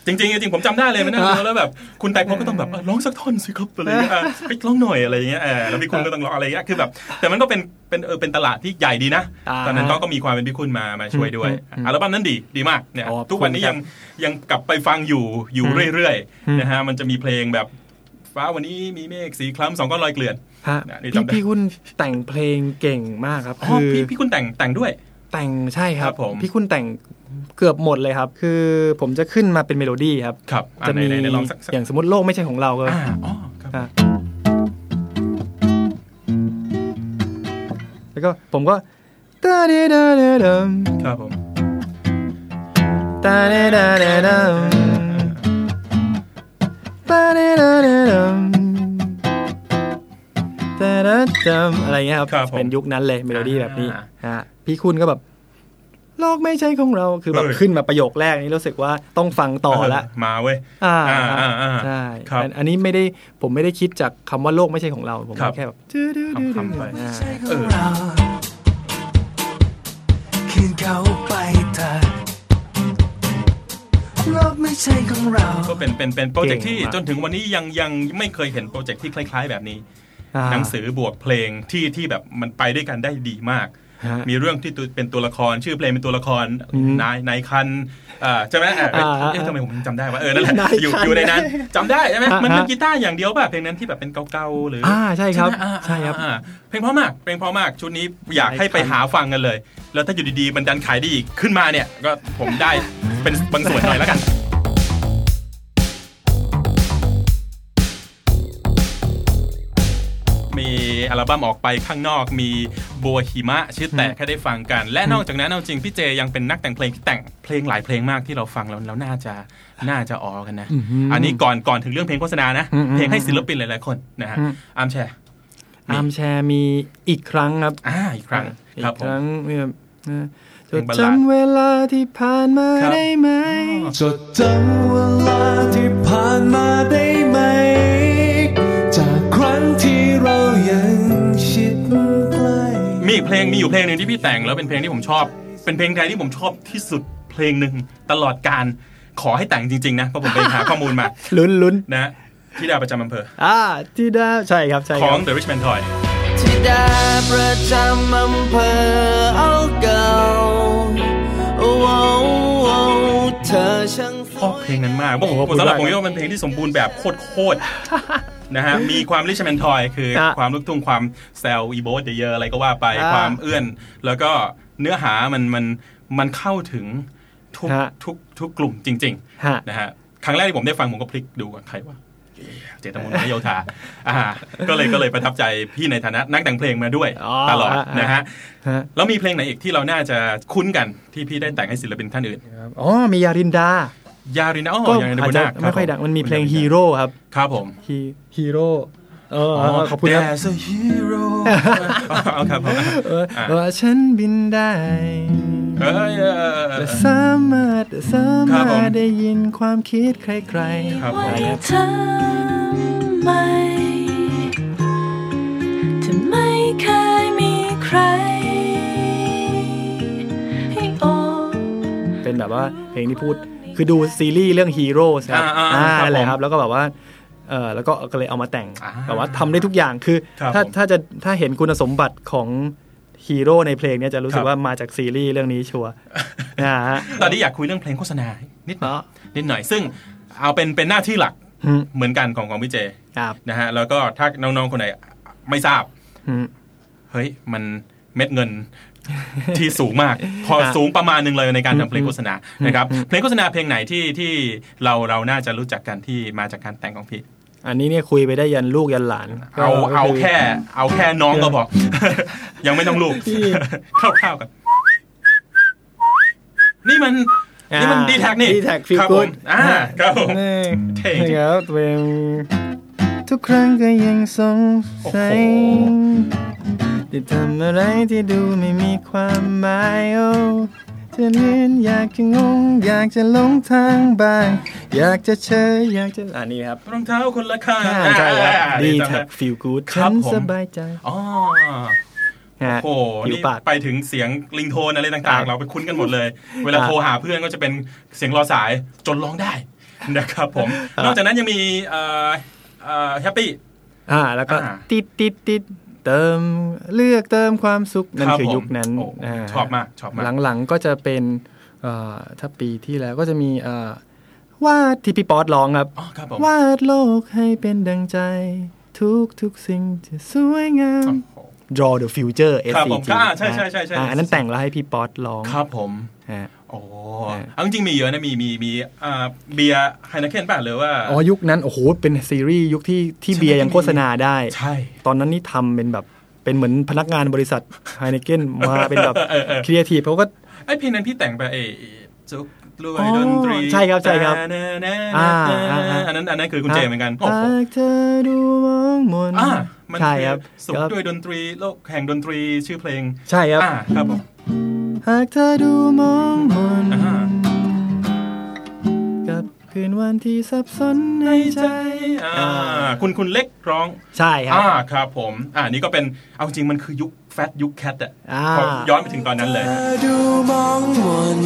Speaker 2: จริงๆจริงๆผมจำได้เลยมันน่าดูแล้วแบบคุณไต่พบก็ต้องแบบเออร้องสักท่อนสิครับอะไรอย่างเงี้ยเออเฮ้ยร้องหน่อยอะไรอย่างเงี้ยเออแล้วพี่คุณก็ต้องร้องอะไรอย่างเงี้ยคือแบบ แต่มันก็เป็นเป็นเออเป็นตลาดที่ใหญ่ดีนะ
Speaker 3: อ่า
Speaker 2: ตอนนั้นก็ก็มีความเป็นพี่คุณมามาช่วยด้วย
Speaker 3: อืม
Speaker 2: อัลบั้มนั้นดีดีมากเนี่ย
Speaker 3: ขอบคุณ
Speaker 2: ทุกวันนี้ยังยังกลับไปฟังอยู่อยู่เรื่อย
Speaker 3: อื
Speaker 2: ๆ
Speaker 3: ม
Speaker 2: นะฮะมันจะมีเพลงแบบฟ้าวันนี้มีเมฆสีคล้ำสองก้อนลอยเกลื่อน
Speaker 3: ฮะ
Speaker 2: นะนี่
Speaker 3: พี่
Speaker 2: จำได้
Speaker 3: พี่คุณแต่งเพลงเก่งมากครับ
Speaker 2: อ๋
Speaker 3: คือ อ
Speaker 2: พี่พี่คุณแต่งแต่งด้วย
Speaker 3: แต่งใช่ครั
Speaker 2: ครับ บผม
Speaker 3: พี่คุณแต่งเกือบหมดเลยครับ คือผมจะขึ้นมาเป็นเมโลดี้ครับ
Speaker 2: ครับอ่
Speaker 3: จะ
Speaker 2: ไหน
Speaker 3: มี
Speaker 2: ไหนไหนลองสักสัก
Speaker 3: อย่างสมมติโลกไม่ใช่ของเราก็
Speaker 2: อ่าอ๋อครับ
Speaker 3: อ่ะแล้วก็ผมก็ตาเดดาเดดม
Speaker 2: ครับผม
Speaker 3: ตาเดดาเดดมตาเดดาเดดมตาเดดมอะไรเงี้ยครับ
Speaker 2: ครับผม
Speaker 3: เป็นยุคนั้นเลยเมโลดี้แบบนี้
Speaker 2: อ่า
Speaker 3: ฮะพี่คุณก็แบบ โลกไม่ใช่ของเราคือแบบขึ้นมาประโยคแรกนี้รู้สึกว่าต้องฟังต่อละ
Speaker 2: เมาเว้ย
Speaker 3: อ่า
Speaker 2: อ่าอ่าอ่า
Speaker 3: ใช่
Speaker 2: ครับ
Speaker 3: อันอันนี้ไม่ได้ผมไม่ได้คิดจากคำว่าโลกไม่ใช่ของเรา ผม
Speaker 2: ครับ
Speaker 3: แค่แบบ
Speaker 2: คำๆไป
Speaker 3: อ่า
Speaker 2: เออ
Speaker 4: คืนเขาไปเถอะโลกไม่ใช่ของเรา
Speaker 2: ก็เป็นเป็นเป็นโปรเจกต์ที่จนถึงวันนี้ยังยังไม่เคยเห็นโปรเจกต์ที่คล้าย ๆ แบบนี้
Speaker 3: อ่า
Speaker 2: หนังสือบวกเพลงที่ที่แบบมันไปด้วยกันได้ดีมาก
Speaker 3: ฮะ
Speaker 2: มีเรื่องที่ตัวเป็นตัวละครชื่อเพลงเป็นตัวละคร
Speaker 3: อืม
Speaker 2: นายนายคันเอ่อใช่ไหมเอ่อเอ๊ะ
Speaker 3: อ่า
Speaker 2: เอ๊ะทำไมผมจำได้ว่าเออนั่นแหละ
Speaker 3: นายคัน
Speaker 2: อยู่อยู่ในนั้นจำได้ใช่ไหม
Speaker 3: อ่ามั
Speaker 2: มันเป็น
Speaker 3: ฮะ
Speaker 2: กีตาร์อย่างเดียวป่ะเพลงนั้นที่แบบเป็นเก่าๆหรืออา
Speaker 3: ใช่ครับ
Speaker 2: ไหมอ่า
Speaker 3: ใช่ครับ
Speaker 2: อ่าเพลงเพราะมากเพลงเพราะมากชุดนี้อยากให้ไป
Speaker 3: นายคัน
Speaker 2: หาฟังกันเลย แล้วถ้าอยู่ดีๆมันดันขายได้อีกขึ้นมาเนี่ยก็ผมได้เป็นบางส่วนหน่อยแล้วกัน มีอัลบั้มออกไปข้างนอกมีบัวหิมะชื่อแตกให้ได้ฟังกัน และนอกจากนั้นเอาจริงพี่เจยังเป็นนักแต่งเพลงที่แต่งเพลงหลายเพลงมากที่เราฟังแล้วแล้วน่าจะน่าจะออกันนะ อันนี้ก่อนก่อนถึงเรื่องเพลงโฆษณานะ
Speaker 3: อืม
Speaker 2: เพลงให้ศิลปินหลายๆคนนะฮะ
Speaker 3: อืม
Speaker 2: อาร์มแชร์
Speaker 3: อาร์มแชร์มีอีกครั้งครับ
Speaker 2: อ่าอีกครั้ง
Speaker 3: อี
Speaker 2: ครับ
Speaker 3: ก
Speaker 2: ผ
Speaker 3: ค
Speaker 2: ม
Speaker 3: รั้งเนี่ยนะจ
Speaker 2: เพล
Speaker 3: ด
Speaker 2: งบัลลาด
Speaker 3: จำเวลาที่ผ่านมา
Speaker 2: ครับ
Speaker 3: ได้ไหม
Speaker 4: จดจำเวลาที่ผ่านมาได้ไหม จากครั้งที่เรายังชิดใกล้
Speaker 2: มีอีกเพลงมีอยู่เพลงหนึ่งที่พี่แต่งแล้วเป็นเพลงที่ผมชอบ เป็นเพลงไทยที่ผมชอบที่สุดเพลงหนึ่งตลอดการขอให้แต่งจริงๆนะเพราะผมไปหาข้อมูลมา
Speaker 3: ลุ้นลุ้น
Speaker 2: นะที่ดาวประจำอำเภอ
Speaker 3: อ่าที่ได้ใช่ครับใช่
Speaker 2: ข
Speaker 3: ค
Speaker 2: อ
Speaker 3: รั
Speaker 2: ง
Speaker 3: บ
Speaker 2: The Richman Toy
Speaker 4: ที่ดาประจำอำเภอเอาเก่าโอ้โหเธอช่างส
Speaker 2: ชอบ
Speaker 4: วย
Speaker 2: เพลงนั้นมาก
Speaker 3: โอ้โห
Speaker 2: ผมสำหรับผม
Speaker 3: ขอบคุณมาก
Speaker 2: คิดว่ามันเป็นเพลงที่สมบูรณ์แบบโคตร ๆ นะฮะ มีความลิชแมนทอยคือ
Speaker 3: ฮะ
Speaker 2: ความลูกทุ่งความแซวอีโบสเยอะๆอะไรก็ว่าไป
Speaker 3: อ่า
Speaker 2: ความเอื้อน แล้วก็เนื้อหามันมันมันเข้าถึงทุก
Speaker 3: ฮะ
Speaker 2: ทุกทุกกลุ่มจริง
Speaker 3: ฮะ
Speaker 2: ๆนะฮะครั้งแรกที่ผมได้ฟังผมก็พลิกดูว่าใครวะเจตมนต์นโยธ าอ่าก็เลยก็เลยประทับใจพี่ในฐานะนักแต่งเพลงมาด้วยตลอดนะฮะ
Speaker 3: ฮะ
Speaker 2: แล้วมีเพลงไหนอีกที่เราน่าจะคุ้นกันที่พี่ได้แต่งให้ศิลปินท่านอื่น
Speaker 3: อ๋อมียารินดาย
Speaker 2: ารินอ้อ
Speaker 3: ก็
Speaker 2: ยาริน
Speaker 3: อาจ
Speaker 2: บุญ
Speaker 3: จะ
Speaker 2: นาค
Speaker 3: ไม่ค่อย
Speaker 2: รับ
Speaker 3: ดังมันมี
Speaker 2: ณ
Speaker 3: เพลง
Speaker 2: ยาริ
Speaker 3: ฮี
Speaker 2: ดา
Speaker 3: โร่ครับ
Speaker 2: ครับผม
Speaker 3: ฮีฮีโร่เออเออขอบคุณครับ
Speaker 2: There's a hero เอาครับผม
Speaker 3: เออว่าฉันบินได้
Speaker 2: เอ้ยเออเออเออ
Speaker 3: และสามารถสา
Speaker 2: ครับ
Speaker 3: มา
Speaker 2: ผม
Speaker 3: รถได้ยินความคิดใครๆ
Speaker 2: ครับผ
Speaker 5: ว่าม จะทำไมจะไม่เคยมีใคร ให้โอบ
Speaker 3: เป็นแบบว่าเพลงที่พูดคือดูซีรีส์เรื่อง Heroes ครับ
Speaker 2: อ่าอ่าครับ
Speaker 3: นั่นแหละครับ
Speaker 2: ผม
Speaker 3: แล้วก็แบบว่าเออแล้วก็ก็เลยเอามาแต่ง
Speaker 2: อ่า
Speaker 3: แบบว่าทำได้ทุกอย่างคือ
Speaker 2: ครับ
Speaker 3: ถ้า
Speaker 2: ผม
Speaker 3: ถ้าจะถ้าเห็นคุณสมบัติของฮีโร่ในเพลงเนี้ยจะรู้สึ
Speaker 2: ครั
Speaker 3: ก
Speaker 2: บ
Speaker 3: ว่ามาจากซีรีส์เรื่องนี้ ชัวร์นะฮะ
Speaker 2: ตอนนี้อยากคุยเรื่องเพลงโฆษณานิดหน่อย
Speaker 3: อ๋อ
Speaker 2: นิดหน่อยซึ่งเอาเป็นเป็นหน้าที่หลัก
Speaker 3: อืม
Speaker 2: เหมือนกันของของพี่เจ
Speaker 3: ครับ
Speaker 2: นะฮะแล้วก็ถ้าน้องๆคนไหนไม่ทราบ
Speaker 3: อืม
Speaker 2: เฮ้ยมันเม็ดเงิน ที่สูง มาก พอ
Speaker 3: อ่ะ
Speaker 2: สูงประมาณหนึ่งเลยในการ
Speaker 3: อืม
Speaker 2: ทำเพลงโฆษณา
Speaker 3: อืม
Speaker 2: นะครับ
Speaker 3: อืม
Speaker 2: เพลงโฆษณาเพลงไหนที่ที่เราเราน่าจะรู้จักกันที่มาจากการแต่งของพี่
Speaker 3: อันนี้เนี่ยคุยไปได้ยันลูกยันหลาน
Speaker 2: เอา
Speaker 3: ก็
Speaker 2: เอา
Speaker 3: ก็
Speaker 2: แค่เอาแค่น้องก็พอ ยังไม่ต้องลูก
Speaker 3: พี่
Speaker 2: คร่าวๆกันนี่มัน
Speaker 3: อ่า
Speaker 2: นี่มันดีแท็กนี่
Speaker 3: D-Tag Feel
Speaker 2: ครับผม
Speaker 3: Good
Speaker 2: อ่าครับผม
Speaker 3: นี่
Speaker 2: เท่จริง
Speaker 3: นี่ครับเพลงทุกครั้งก็ยังสงสัยจะทำอะไรที่ดูไม่มีความหมายโอ้จะเลียนอยากจะงง อยากจะหลงทางบ้าง อยากจะเชยอยากจะอันนี้ครับ
Speaker 2: รองเท้าคนละข้าง
Speaker 3: อ่าใช่แล้ว
Speaker 2: อ่า
Speaker 3: ดี
Speaker 2: จำ
Speaker 3: แท็
Speaker 2: ไ
Speaker 3: กฟิลกูด
Speaker 2: ครั
Speaker 3: ฉั
Speaker 2: บ
Speaker 3: น
Speaker 2: ผม
Speaker 3: สบายใจ
Speaker 2: อ๋อ
Speaker 3: ฮะ
Speaker 2: โอ้โห
Speaker 3: ผิว
Speaker 2: นี่
Speaker 3: ปาก
Speaker 2: ไปถึงเสียงลิงโทนอะไรต่างๆ
Speaker 3: อ่า
Speaker 2: เราไปคุ้นกันหมดเลย เวลา
Speaker 3: อ่า
Speaker 2: โทรหาเพื่อนก็จะเป็นเสียงรอสาย จนร้องได้นะครับผม
Speaker 3: อ่าน น
Speaker 2: อกจากนั้นยังมีเอ่อเอ่อแฮปปี้
Speaker 3: อ่าแล้วก็
Speaker 2: อ่า
Speaker 3: ติดติดติดเติมเลือกเติมความสุข นั่นคือยุคนั้น
Speaker 2: โอ้โห
Speaker 3: า
Speaker 2: ชอบมากชอบมาก
Speaker 3: หลังๆก็จะเป็นเอ่อถ้าปีที่แล้วก็จะมีเอ่อวาดที่พี่ป๊อตร้องครับ
Speaker 2: อ๋อครับผม
Speaker 3: วาดโลกให้เป็นดังใจ ทุกทุกๆสิ่งที่สวยงาม Draw the future
Speaker 2: ครับผม
Speaker 3: SCG
Speaker 2: อ่าใช่ใช่ใช่ใช่
Speaker 3: อ่าอันนั้นแต่งแล้วให้พี่ป๊อตร้อง
Speaker 2: ครับผม
Speaker 3: ฮะ
Speaker 2: โอ้
Speaker 3: อ่า
Speaker 2: เอาจริงๆมีเยอะนะ มี มี มีอ่าเบียร์ไฮนักเคนป่ะหรือว่า
Speaker 3: อ๋อยุคนั้นโอ้โหเป็นซีรีส์ยุคที่ที่
Speaker 2: ใช่
Speaker 3: เบียร์ยังโฆษณาได้
Speaker 2: ใช่
Speaker 3: ตอนนั้นนี่ทำเป็นแบบเป็นเหมือนพนักงานบริษัทไฮเนเก้นมาเป็นแบบครีเอทีฟเขาก็
Speaker 2: ไอ้เพลงนั้นพี่แต่งไปไอ้จุกรว
Speaker 3: อ๋
Speaker 2: ย
Speaker 3: อ
Speaker 2: ดนตรี
Speaker 3: ใช่ครับใช่ครับ
Speaker 2: นะนะ
Speaker 3: อ่า
Speaker 2: นะ
Speaker 3: อ่าอ่า
Speaker 2: อันนั้นอันนั้นคือคุณเจเหมือนกันโอ้โห
Speaker 3: หากเธอดูมองมน
Speaker 2: อ่ามัน
Speaker 3: ใช่
Speaker 2: คือ
Speaker 3: ครับ
Speaker 2: สุข
Speaker 3: ก็
Speaker 2: ด้วยดนตรีโลกแห่งดนตรีชื่อเพลง
Speaker 3: ใช่ครับ
Speaker 2: อ่าครับผม
Speaker 3: หากเธอดูมองมน
Speaker 2: อ่า
Speaker 3: กับคืนวันที่สับสนในใจ
Speaker 2: อ่า
Speaker 3: อ่า
Speaker 2: คุณคุณเล็กร้อง
Speaker 3: ใช่ครับ
Speaker 2: อ่าครับผม อ่านี่ก็เป็นเอาจริงมันคือยุคแฟตยุคแคทอะ
Speaker 3: อ่า
Speaker 2: พอย้อนไปถึงตอนนั้นเลย
Speaker 4: เธอดูมองมน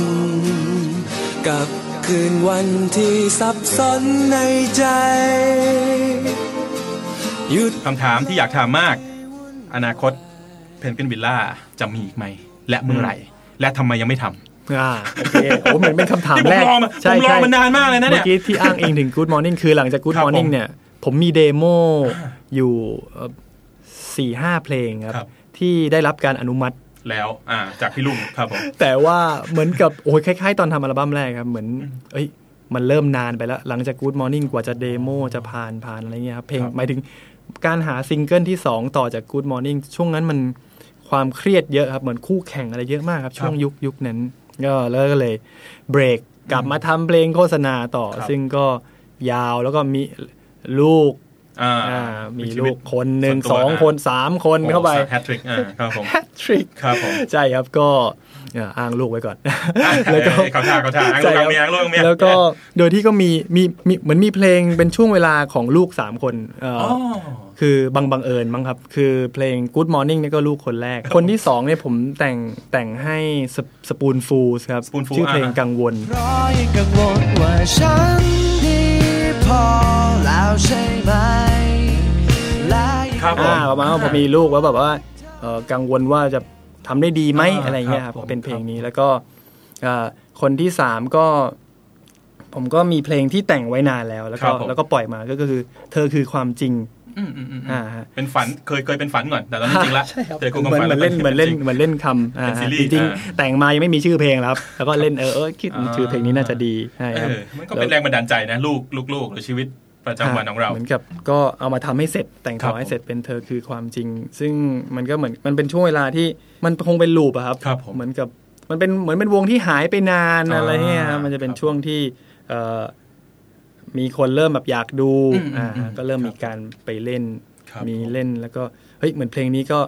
Speaker 4: กับคืนวันที่สับสนในใจ หยุด
Speaker 2: คำถามที่อยากถามมาก อนาคตเพนกวินวิลล่าจะมีอีกไหม และเมื่อไหร่ และทำไมยังไม่ทำ
Speaker 3: อ่าโอเคโอ้เหมือนเป็นคำถาม
Speaker 2: นี่ผ
Speaker 3: แร
Speaker 2: ม
Speaker 3: ก
Speaker 2: รอมาผม
Speaker 3: ใช่
Speaker 2: รอ
Speaker 3: ใช่
Speaker 2: มานานมากเลยนะ
Speaker 3: เมื่
Speaker 2: เนี่ย
Speaker 3: อกี้ที่อ้างอิงถึง Good Morning คือหลังจาก Good
Speaker 2: ครับผม
Speaker 3: Morning เนี่ย ผมมีเดโมอยู่สี่ห้าเพลงครับ
Speaker 2: ครับ
Speaker 3: ที่ได้รับการอนุมัติ
Speaker 2: แล้วอ่าจากพี่ลุงครับผม
Speaker 3: แต่ว่าเหมือนกับ โอ้ยคล้ายๆ ตอนทำอัลบั้มแรกครับ เหมือน เอ้ย มันเริ่มนานไปแล้ว หลังจาก Good Morning กว่าจะเดโมจะผ่านผ่านอะไรเงี้ยครับเพลง
Speaker 2: ครับ
Speaker 3: หมายถึงการหาซิงเกิลที่ 2 ต่อจาก Good Morning ช่วงนั้นมันความเครียดเยอะครับ เหมือนคู่แข่งอะไรเยอะมากครับ ช่วงยุคยุคนั้นก็แล้วก็เลยเบรกกลับมาทำเพลงโฆษณาต่อ ซึ่งก็ยาวแล้วก็มีลูก
Speaker 2: อ่า
Speaker 3: อ่ามี
Speaker 2: มี
Speaker 3: ลูกคนหนึ่ง
Speaker 2: ชีวิต
Speaker 3: สองคนสามคนเข้าไป
Speaker 2: แฮตทริกอ่าครับผม
Speaker 3: แฮตทริก
Speaker 2: ครับผม
Speaker 3: ใช่ครับก็เอ่ออ้างลูกไว้ก่อน
Speaker 2: แล้วก็เขาท่าเขาท่าอ้างลูก
Speaker 3: ใช่ค
Speaker 2: อ้าง
Speaker 3: รับ
Speaker 2: เมียอ้างลูกอ้างเมีย
Speaker 3: แล้วก็โดยที่ก็มีมีมีเหมือนมีเพลงเป็นช่วงเวลาของลูก 3 คนเอ่ออคือบางบังเอิญมั้งครับ คือเพลง Good Morning เนี่ยก็ลูกคนแรก คนที่ 2เนี่ยผมแต่งแต่งให้สปูนฟูสครับ
Speaker 2: Spoonful
Speaker 3: ชื่อเพลง
Speaker 2: อ่า
Speaker 3: กังวล
Speaker 4: เพราะยังกังวลว่าฉันดีพอแล้วใช่ไหมและยัง
Speaker 2: ครับผม
Speaker 3: อ่าประมาณว่าผมมีลูกแล้วแบบว่าเอ่อกังวลว่าจะทำได้ดีไหม
Speaker 2: อ่า
Speaker 3: อะไรเงี้ยครับ
Speaker 2: ครับผม
Speaker 3: เป็นเพลงนี้แล้วก็เอ่อคนที่สามก็ ผมก็มีเพลงที่แต่งไว้นานแล้ว แล้ว
Speaker 2: ครั
Speaker 3: ก็
Speaker 2: บผม
Speaker 3: แล้วก็ปล่อยมาก็คือ เธอคือความจริง
Speaker 2: อืมอืมอืม
Speaker 3: อ่าฮะ
Speaker 2: เป็นฝันเคยเคยเป็นฝันก่อนแต่ตอนนี้จริงละ
Speaker 3: ใช่ครับ
Speaker 2: เจอคุณ
Speaker 3: เหมือน
Speaker 2: ฝั
Speaker 3: เหมือนเล่นเหมือนเล่น
Speaker 2: จริง
Speaker 3: เหมือนเล่นคำอ่า
Speaker 2: เป็นซีรีส์
Speaker 3: จริง
Speaker 2: อ่า
Speaker 3: ๆแต่งมายังไม่มีชื่อเพลงแล้วครับ แล้วก็เล่นเออเออคิด
Speaker 2: อ่า
Speaker 3: ชื่อเพลงนี้น่าจะดีใช่
Speaker 2: เอ
Speaker 3: ครับ
Speaker 2: อมันก็เป็นแรงบันดาลใจนะ ลูกลูกลูกหรือชีวิตประจำวันของเรา
Speaker 3: เหมือนกับก็เอามาทำให้เสร็จแต่ง
Speaker 2: ครั
Speaker 3: ต่
Speaker 2: บ
Speaker 3: อ
Speaker 2: ผ
Speaker 3: ให้
Speaker 2: ม
Speaker 3: เสร็จเป็นเธอคือความจริง ซึ่งมันก็เหมือนมันเป็นช่วงเวลาที่มันคงเป็นลูปอะครับ
Speaker 2: ครับผม
Speaker 3: เหมือนกับมันเป็นเหมือนเป็นวงที่หายไปนาน
Speaker 2: อ่า
Speaker 3: อะไรเงี้ยครับมันจะเป็
Speaker 2: ค
Speaker 3: น
Speaker 2: รับ
Speaker 3: ช่วงที่เอ่อมีคนเริ่มแบบอยากดู
Speaker 2: อืมอืม
Speaker 3: อ่า
Speaker 2: อืม
Speaker 3: ก็เริ่ม
Speaker 2: ครับ
Speaker 3: มีการไปเล่น
Speaker 2: ครับ
Speaker 3: มี
Speaker 2: ผม
Speaker 3: เล่นแล้วก็เฮ้ยเหมือนเพลงนี้ก็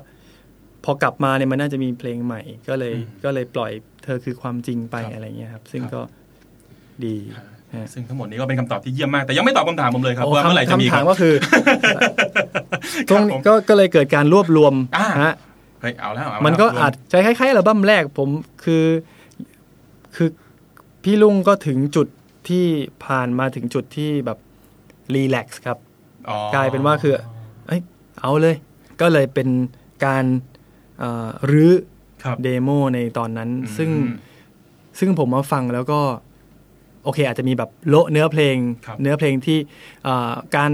Speaker 3: พอกลับมาเนี่ยมันน่าจะมีเพลงใหม่ ก็เลย
Speaker 2: อืม
Speaker 3: ก็เลยปล่อยเธอคือความจริงไป
Speaker 2: ครับ
Speaker 3: อะไรเงี้ยครับ ซึ่ง
Speaker 2: ครับ
Speaker 3: ก็ดีฮะ
Speaker 2: ซึ่งทั้งหมดนี้ก็เป็นคำตอบที่เยี่ยมมาก แต่ยังไม่ตอบคำถามผมเลยครับ
Speaker 3: โอ้
Speaker 2: ว่าเมื่อไหร่จะมีค
Speaker 3: คำถา
Speaker 2: รับ
Speaker 3: มก็คือ ต
Speaker 2: ค
Speaker 3: รง
Speaker 2: รับผม
Speaker 3: ก็ก็เลยเกิดการรวบรวม
Speaker 2: อ่า
Speaker 3: ฮะ
Speaker 2: เฮ้ยเอาแล้วเแล้ว
Speaker 3: มันก็
Speaker 2: รว
Speaker 3: อาจจะคล้ายๆอัลบั้มแรกผมคือคือพี่ลุงก็ถึงจุดที่ผ่านมาถึงจุดที่แบบรีแลกซ์ครับ
Speaker 2: อ๋อก
Speaker 3: ลายเป็นว่าคือเอ้ยเอาเลย ก็เลยเป็นการเอ่อรื้อ
Speaker 2: ครับ
Speaker 3: เดโมในตอนนั้น
Speaker 2: อืม
Speaker 3: ซึ่งซึ่งผมมาฟังแล้วก็ โอเค อาจจะมีแบบโละเนื้อเพลง
Speaker 2: ครับ
Speaker 3: เนื้อเพลงที่เอ่อการ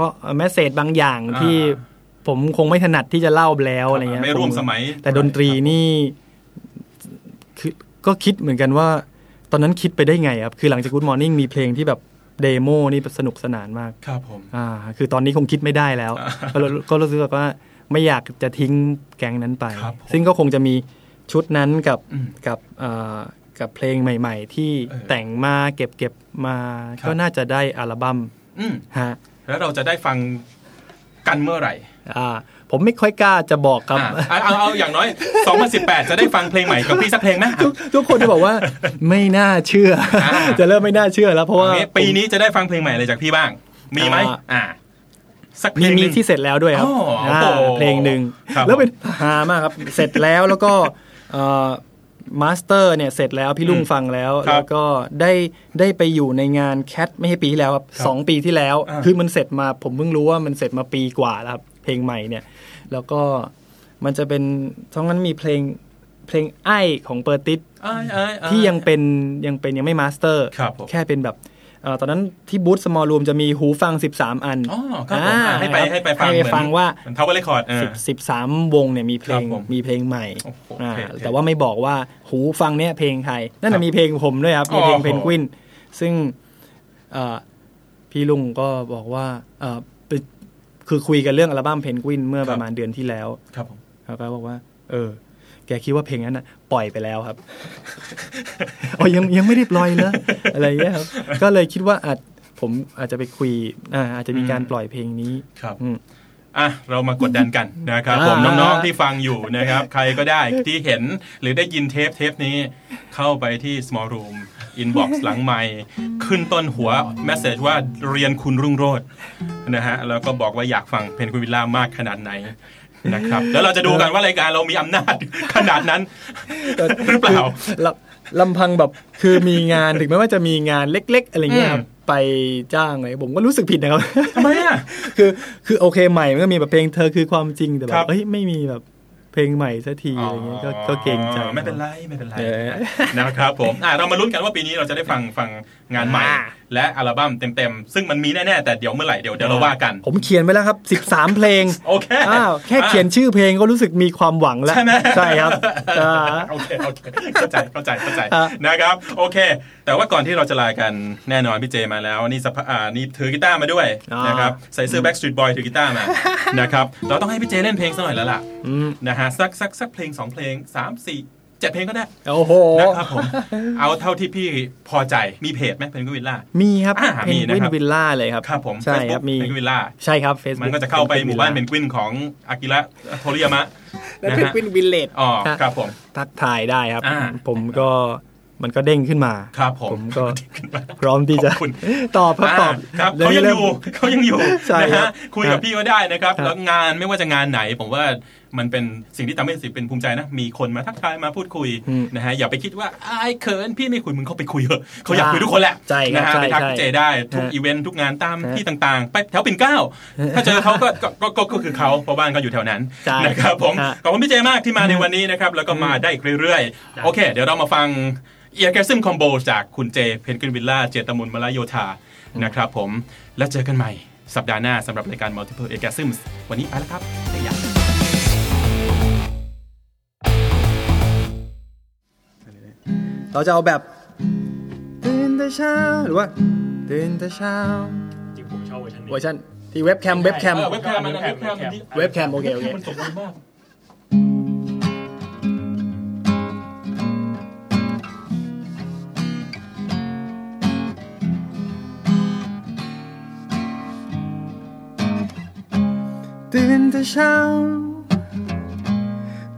Speaker 3: ก็แมสเซจบางอย่าง
Speaker 2: อ่า
Speaker 3: ที่ผมคงไม่ถนัดที่จะเล่าแล้วอะไรเงี้ย
Speaker 2: ไม่ร่วมสมัย
Speaker 3: แต่ดนตรี
Speaker 2: ครับ
Speaker 3: นี่คือก็คิดเหมือนกันว่า ตอนนั้นคิดไปได้ไงครับ คือหลังจาก Good Morning มีเพลงที่แบบเดโมนี่สนุกสนานมาก
Speaker 2: ครับผม
Speaker 3: อ่าคือตอนนี้คงคิดไม่ได้แล้ว ก็รู้ก็รู้สึกว่าไม่อยากจะทิ้งแก๊งนั้นไป
Speaker 2: ครับผม
Speaker 3: ซึ่งก็คงจะมีชุดนั้นกับ
Speaker 2: อืม
Speaker 3: กับเอ่อกับเพลงใหม่ ๆ ที่
Speaker 2: เออ
Speaker 3: แต่งมาเก็บเก็บมา
Speaker 2: ครับ
Speaker 3: ก็น่าจะได้อัลบั้ม
Speaker 2: อืม
Speaker 3: ฮะ
Speaker 2: แล้วเราจะได้ฟังกันเมื่อไหร่
Speaker 3: อ่าผมไม่ค่อยกล้าจะบอกครับ
Speaker 2: อ่ะเอาเอาเอาอย่างน้อย 2018 จะได้ฟังเพลงใหม่กับพี่สักเพลงไหม
Speaker 3: ทุกทุกคนจะบอกว่า ไม่น่าเชื่อ
Speaker 2: อ่า
Speaker 3: จะเริ่มไม่น่าเชื่อแล้วเพราะว่า
Speaker 2: ปีนี้จะได้ฟังเพลงใหม่อะไรจากพี่บ้าง มีไหม
Speaker 3: อ่า
Speaker 2: อ่า สักเพล
Speaker 3: มี
Speaker 2: งห
Speaker 3: มี
Speaker 2: นึ่ง
Speaker 3: ที่เสร็จแล้วด้วยครับ
Speaker 2: อ๋ออ่
Speaker 3: า
Speaker 2: โอ้โห
Speaker 3: เพลงหนึ่ง
Speaker 2: ครับ
Speaker 3: แล้วเป็นฮามากครับ เสร็จแล้วแล้วก็เอ่อมาสเตอร์เนี่ยเสร็จแล้วพี่ลุงฟังแล้ว
Speaker 2: ครับ
Speaker 3: แล้วก็ได้ได้ไปอยู่ในงานแคทไม่ใช่ปีที่แล้วครับ
Speaker 2: ครับ
Speaker 3: สองปีที่แล้ว
Speaker 2: อ่า
Speaker 3: คือมันเสร็จมาผมเพิ่งรู้ว่ามันเสร็จมาปีกว่าแล้วครับเพลงใหม่เนี่ย แล้วก็มันจะเป็นทั้งนั้นมีเพลงเพลงไอ้ของเปอร์ติส
Speaker 2: อ้ายอ้ายอ้า
Speaker 3: ที่ยังเป็นยังเป็นยังไม่มาสเตอร์
Speaker 2: ครับผม
Speaker 3: แค่เป็นแบบเอ่อตอนนั้นที่บูธสมอลรูมจะมีหูฟัง 13 อัน
Speaker 2: อ๋อครับผมอ่าให้ไป
Speaker 3: นะครับ
Speaker 2: ให้ไปฟัง
Speaker 3: ให้
Speaker 2: เหมื
Speaker 3: ไป
Speaker 2: อน
Speaker 3: ฟังว่า
Speaker 2: มันเท่ากับเรคคอร์ดเออ
Speaker 3: 10 13 วงเนี่ยมีเพล
Speaker 2: ครั
Speaker 3: ง
Speaker 2: บผม
Speaker 3: มีเพลงใหม่
Speaker 2: โอ้โห
Speaker 3: อ่า
Speaker 2: เท่เท่
Speaker 3: แต่ว่าไม่บอกว่าหูฟังเนี่ยเพลงใครนั่น
Speaker 2: ครั
Speaker 3: นะ
Speaker 2: บ
Speaker 3: มีเพลงผมด้วยครับ มีเพลง
Speaker 2: โอ้โห
Speaker 3: เพนกวิน ซึ่งเอ่อพี่ลุงก็บอกว่าเอ่อไปคือคุยกันเรื่องอัลบั้มเพนกวินเมื่อประมาณเดือนที่แล้ว
Speaker 2: ครับผม
Speaker 3: เขาก็บอกว่า เออ แกคิดว่าเพลงนั้นน่ะปล่อยไปแล้วครับ อ๋อ ยังยังไม่ได้ปล่อยเลย อะไรเงี้ยครับ ก็เลยคิดว่าอาจผมอาจจะไปคุย อ่า อาจจะมีการปล่อยเพลงนี้
Speaker 2: ครับ
Speaker 3: อืม
Speaker 2: อ่ะเรามากดดัน กันนะครับ ผม
Speaker 3: อ่า
Speaker 2: น้องๆที่ฟังอยู่นะครับ ใครก็ได้ที่เห็นหรือได้ยินเทปเทปนี้เข้าไปที่ small room inbox หลังไมค์ขึ้นต้นหัวแมสเซจว่าเรียนคุณรุ่งโรจน์นะฮะ แล้วก็บอกว่าอยากฟังเพนกวินวิลล่ามากขนาดไหน นะครับ แล้วเราจะดูกันว่ารายการเรามีอำนาจ ขนาดนั้น ห รือเปล่า
Speaker 3: ลำลำพังแบบคือมีงานถึงแม้ว่าจะมีงานเล็ก ๆ อะไรเงี้ยครับ ไปจ้างอะไรผมก็รู้สึกผิดนะครับ
Speaker 2: ทำไมอ่ะ
Speaker 3: คือคือโอเคใหม่มันก็มีแบบเพลงเธอคือความจริงแต่แบ
Speaker 2: ครับ บ
Speaker 3: เอ้ยไม่มีแบบเพลงใหม่สักทีอะไรเงี้ยก็ก็เกรงใจ
Speaker 2: ไม่เป็นไรไม่เป็นไร
Speaker 3: เออ
Speaker 2: นะครับผมอ่ะเรามาลุ้นกันว่าปีนี้เราจะได้ฟังฟังงานใหม่
Speaker 3: อ่า
Speaker 2: และอัลบั้มเต็มๆ ซึ่งมันมีแน่ๆ แต่เดี๋ยวเมื่อไหร่เดี๋ยวเดี๋ยวเราว่ากัน
Speaker 3: ผมเขียนไว้แล้วครับ 13 เพลง
Speaker 2: โอเค
Speaker 3: อ้าวแค่เขียน
Speaker 2: อ่ะ
Speaker 3: ชื่อเพลงก็รู้สึกมีความหวังแล้ว
Speaker 2: ใช่ไหม
Speaker 3: ครับอ่า
Speaker 2: โอเคโอเคเข้า ใจเข้าใจเข้าใจ
Speaker 3: อ่ะ
Speaker 2: นะครับโอเค แต่ว่าก่อนที่เราจะลากันแน่นอนพี่เจมาแล้วนี่สภาอ่านี่ถือกีตาร์มาด้วยนะครับใส่เสื้อ Backstreet Boy ถือกีตาร์มา นะครับเราต้องให้พี่เจเล่นเพลงสักหน่อยแล้วล่ะนะฮะสักสักสักเพลงสองเพลงสามสี่ จ็ดเพลงก็ได้
Speaker 3: โอ้โห
Speaker 2: นะครับผม เอาเท่าที่พี่พอใจมีเพจไหมเพนกวินล่า
Speaker 3: มีครับ
Speaker 2: อ่า
Speaker 3: เพ
Speaker 2: มี
Speaker 3: น
Speaker 2: นะ
Speaker 3: กวิ
Speaker 2: ครั
Speaker 3: น
Speaker 2: บ
Speaker 3: วิลล่าเลยครับ
Speaker 2: ครับผม
Speaker 3: ใช่ครับ
Speaker 2: Facebook
Speaker 3: มี
Speaker 2: เพนกวินล่า
Speaker 3: ใช่ครับ Facebook
Speaker 2: มันก็จะเข้าไปหมู่บ้านเพนกวินของอากิระโทริยามะ
Speaker 6: และ
Speaker 2: นะ
Speaker 6: เพน
Speaker 2: ฮะ
Speaker 6: กวินวิลเลจ
Speaker 2: อ๋อครับผม
Speaker 3: ทักทายได้ครับ
Speaker 2: อ่า
Speaker 3: ผมก็มันก็เด้งขึ้นมา
Speaker 2: ครับผม
Speaker 3: ผมก็ พร้อมที่จะ
Speaker 2: ขบคุณ
Speaker 3: ตอบครับตอบ
Speaker 2: าครับ
Speaker 3: ดี๋ว
Speaker 2: เขา
Speaker 3: นี้
Speaker 2: ยังอยู่เขา
Speaker 3: ริ่ม
Speaker 2: ยังอยู่
Speaker 3: ใช่
Speaker 2: นะ
Speaker 3: ครั
Speaker 2: ฮะ
Speaker 3: บ
Speaker 2: คุยกับพี่ก็ได้นะครับ
Speaker 3: ครับ
Speaker 2: แล้วงานไม่ว่าจะงานไหน ผมว่ามันเป็นสิ่งที่ทำให้สิเป็นภูมิใจนะ มีคนมาทักทายมาพูดคุย
Speaker 3: อืม
Speaker 2: นะฮะอย่าไปคิดว่าอายเขินพี่ไม่คุยมึงเข้าไปคุยเถอะเขาอยาก
Speaker 3: ใช่
Speaker 2: คุยทุกคนแหละ
Speaker 3: ใช่ครับ
Speaker 2: นะฮะ
Speaker 3: ใช่
Speaker 2: ไปทัก
Speaker 3: ใช่
Speaker 2: เจได้ทุก
Speaker 3: ฮะ
Speaker 2: อีเวนต์ทุกงานตาม
Speaker 3: ฮะ
Speaker 2: ที่ต่างๆ ไปแถวปิ่นเกล้าถ้าเจอเขาก็ก็ก็ก็ก็คือเขาเพราะบ้านก็อยู่แถวนั้น
Speaker 3: ใช่
Speaker 2: นะครับผม
Speaker 3: ฮะ
Speaker 2: ขอบคุณพี่เจมากที่มาในวันนี้นะครับแล้วก็มาได้อีกเรื่อยๆโอเค เดี๋ยวเรามาฟังเอียร์แกซึมคอมโบจากคุณเจเพนกวินวิลล่าเจตมุนมลาโยธา นะครับผม แล้วเจอกันใหม่ สัปดาห์หน้าสำหรับรายการ Multiple Orgasms วันนี้ไปแล้วครับแต่อย่า
Speaker 3: เราจะเอาแบบตื่นแต่เช้าหรือว่าตื่นแต่เช้า
Speaker 6: จริงผมชอบเวอร์ชันนี้
Speaker 3: เวอร์ชันที่เว็บแคมเว็บแคม
Speaker 2: เออเว็บแคมมันนะเว็บแคมมันที่
Speaker 3: เว็บแคมโอเคโอเค
Speaker 2: มันสมบูรณ์มาก
Speaker 3: ตื่นแต่เช้า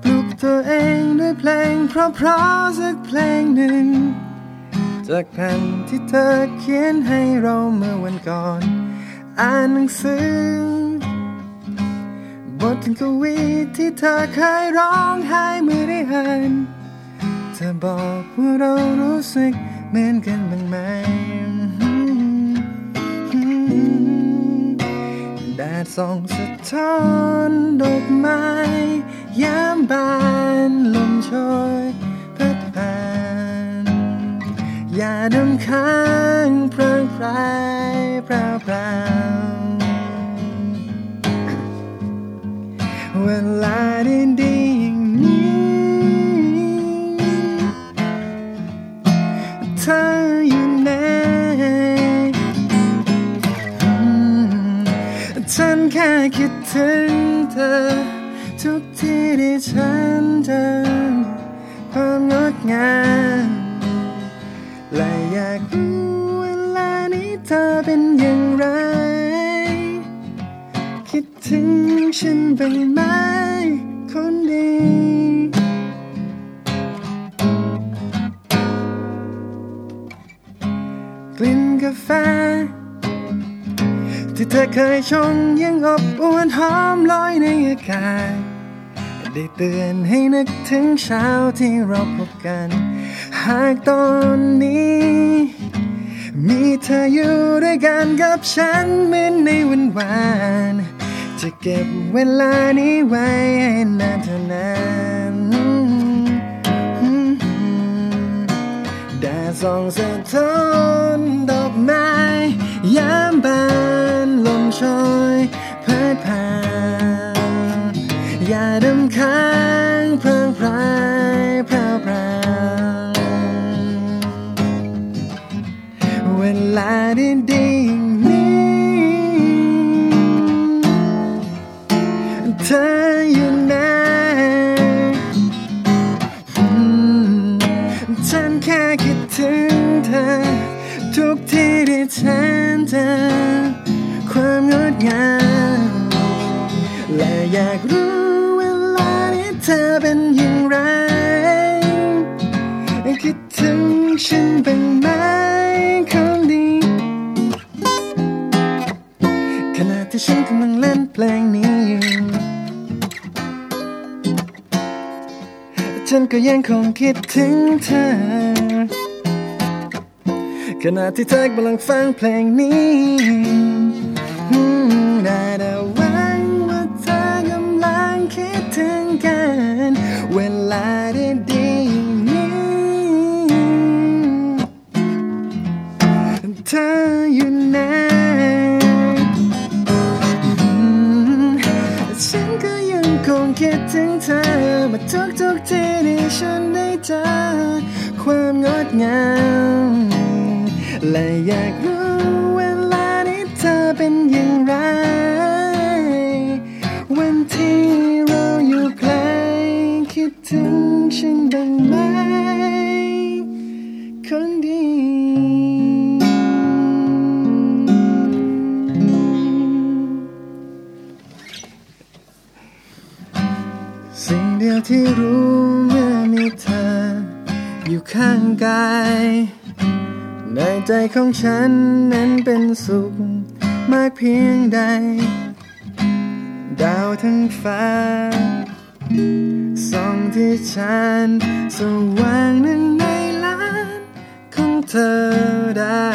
Speaker 3: ปลุกตัวเองด้วยเพลงเพราะๆสักเพลงหนึ่ง จากแผ่นที่เธอเขียนให้เราเมื่อวันก่อน อ่านหนังสือ บทกวีที่เธอเคยร้องไห้เมื่อได้อ่านเธอบอกว่าเรารู้สึกเหมือนกันบ้างไหม แดดส่องสะท้อนดอกไม้ยามบานลมโชยพัดผ่านยาดำค้างเพลิงพรายเปล่าเปล่าๆเวลาดีๆอย่างนี้ เธออยู่ไหน ฉันแค่คิดถึงเธอ ทุกที่ที่ฉันเจอความงดงามและอยากรู้เวลานี้เธอเป็นอย่างไร คิดถึงฉันบ้างไหมคนดี กลิ่นกาแฟ ที่เธอเคยชงยังอบอวนหอมลอยในอากาศได้เตือนให้นึกถึงเช้าที่เราพบกัน หากตอนนี้ มีเธออยู่ด้วยกันกับฉันเหมือนในวันวานจะเก็บเวลานี้ไว้ให้นานเท่านานแดดส่องสะท้อนดอกไม้ยามบานลมโชยพัดผ่านอย่าดำค้างเพลิงพรายเปล่าเปล่าๆ เวลาดีดีๆอย่างนี้ เธออยู่ไหนอืมฉันแค่คิดถึงเธอ ทุกที่ที่ฉันเจอความงดงามและอยากรู้เวลานี้เธอเป็นอย่างไร คิดถึงฉันบ้างไหมคนดี ขณะที่ฉันกำลังเล่นเพลงนี้อยู่ฉันก็ยังคงคิดถึงเธอ ขณะที่เธอกำลังฟังเพลงนี้อืมได้แต่หวังว่าเธอกำลังคิดถึงกัน เวลาดีดีๆนี้ เธออยู่ไหนอืมฉันก็ยังคงคิดถึงเธอมาทุกทุกๆทีที่ฉันได้เจอความงดงามและอยากรู้เวลานี้เธอเป็นอย่างไร วันที่เราอยู่ไกลคิดถึงฉันบ้างไหม
Speaker 4: เดียวที่รู้เมื่อมีเธอ อยู่ข้างกาย ในใจของฉันนั้นเป็นสุข มากเพียงใด ดาวทั้งฟ้าส่องที่ฉันสว่างหนึ่งในล้านของเธอได้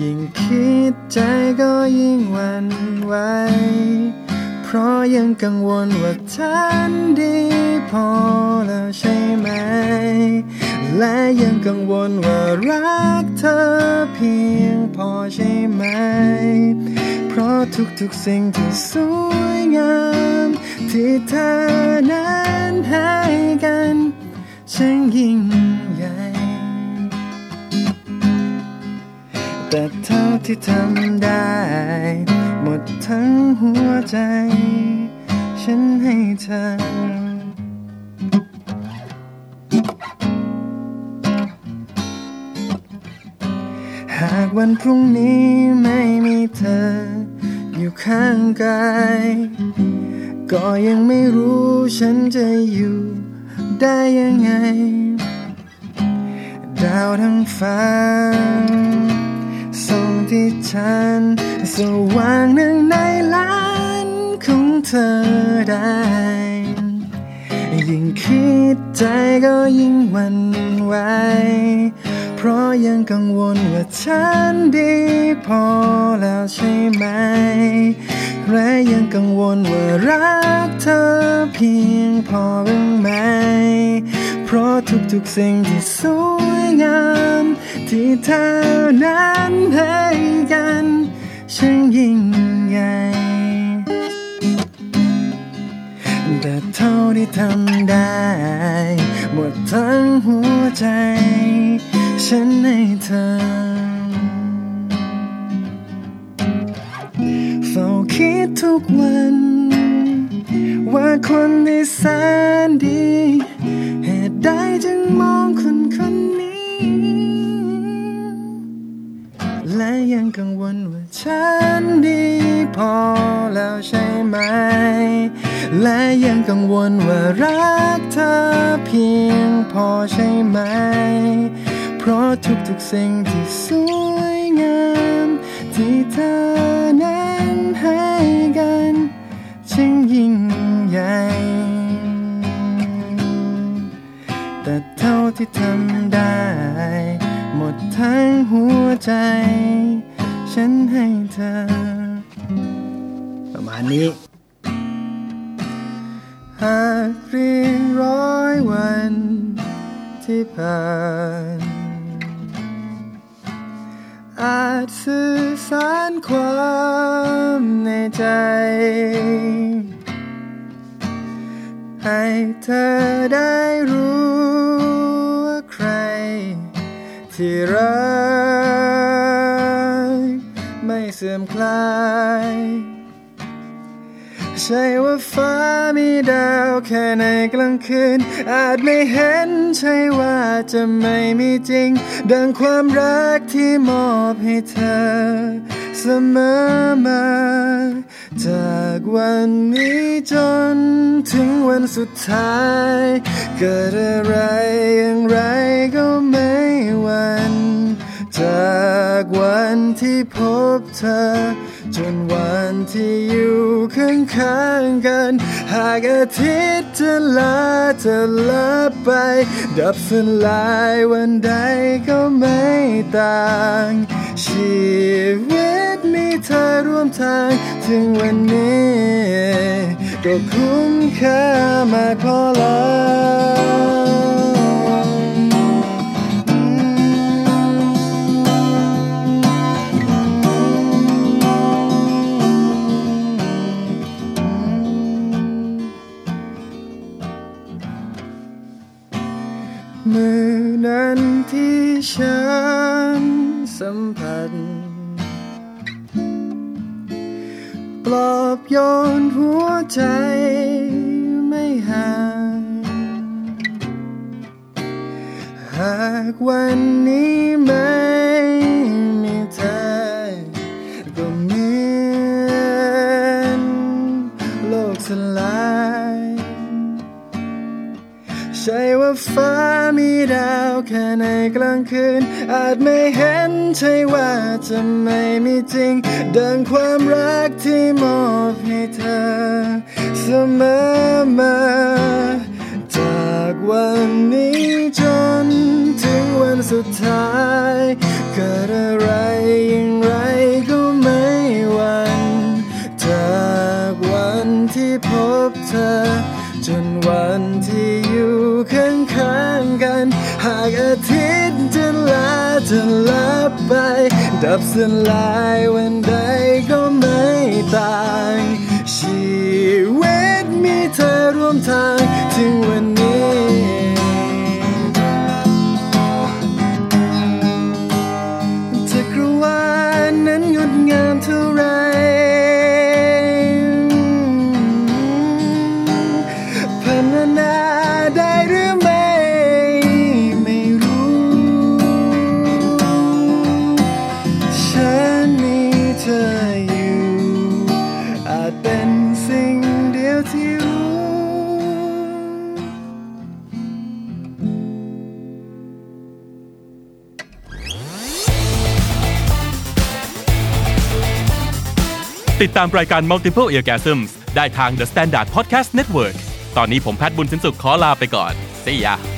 Speaker 4: ยิ่งคิดใจก็ยิ่งหวันไหว เพราะยังกังวลว่าฉันดีพอแล้วใช่ไหม และยังกังวลว่ารักเธอเพียงพอใช่ไหม เพราะทุกๆสิ่งที่สวยงาม ที่เธอนั้นให้กันช่างยิ่งใหญ่ แต่เท่าที่ทำได้ หมดทั้งหัวใจ ฉันให้เธอ หากวันพรุ่งนี้ไม่มีเธอ อยู่ข้างกาย ก็ยังไม่รู้ฉันจะอยู่ได้ยังไง ดาวทั้งฟ้าส่องที่ฉันสว่างหนึ่งในล้านของเธอได้ ยิ่งคิดใจก็ยิ่งหวันไหว เพราะยังกังวลว่าฉันดีพอแล้วใช่ไหม และยังกังวลว่ารักเธอเพียงพอหรือไม่ เพราะทุกๆสิ่งที่สวยงาม ที่เธอนั้นให้กันช่างยิ่งใหญ่ แต่เท่าที่ทำได้ หมดทั้งหัวใจ ฉันให้เธอ เฝ้าคิดทุกวัน ว่าคนที่แสนดี เหตุใดจึงมองคนคนนี้ และยังกังวลว่าฉันดีพอแล้วใช่ไหม และยังกังวลว่ารักเธอเพียงพอใช่ไหม เพราะทุกๆสิ่งที่สวยงาม ที่เธอนั้นให้กันช่างยิ่งใหญ่ แต่เท่าที่ทำได้ หมดทั้งหัวใจ ฉันให้เธอ ประมาณนี้หากเรียงร้อยวันที่ผ่าน อาจสื่อสารความในใจ ให้เธอได้รู้ว่าใคร ที่รักไม่เสื่อมคลาย ใช่ว่าฟ้ามีดาวแค่ในกลางคืน อาจไม่เห็นใช่ว่าจะไม่มีจริง ดังความรักที่มอบให้เธอ เสมอมา จากวันนี้จนถึงวันสุดท้าย เกิดอะไรอย่างไรก็ไม่หวัน จากวันที่พบเธอ จนวันที่อยู่ข้างๆกัน หากอาทิตย์จะลาจะลาไป ดับสลายวันใดก็ไม่ต่าง ชีวิตมีเธอร่วมทาง ถึงวันนี้ ก็คุ้มค่ามากพอแล้ว มือนั้นที่ฉันสัมผัส ปลอบโยนหัวใจไม่ห่าง หากวันนี้ไม่มีเธอ ก็เหมือนโลกสลาย ใช่ว่าฟ้ามีดาวแค่ในกลางคืน อาจไม่เห็นใช่ว่าจะไม่มีจริง ดังความรักที่มอบให้เธอ เสมอมา จากวันนี้จนถึงวันสุดท้าย เกิดอะไรอย่างไรก็ไม่หวัน จากวันที่พบเธอ จนวันที่อยู่ข้างๆกัน หากอาทิตย์จะลาจะลับไป ดับสลายวันใดก็ไม่ต่าง ชีวิตมีเธอร่วมทางถึงวันนี้ จักรวาลนั้นงดงามเท่าไร พันนาได้หรือไม่ ไม่รู้ ฉันมีเธออยู่ อาจเป็นสิ่งเดียวที่รู้
Speaker 2: ติดตามรายการ Multiple Orgasms ได้ทาง The Standard Podcast Network ตอนนี้ผมแพทย์บุญสินสุขขอลาไปก่อน See ya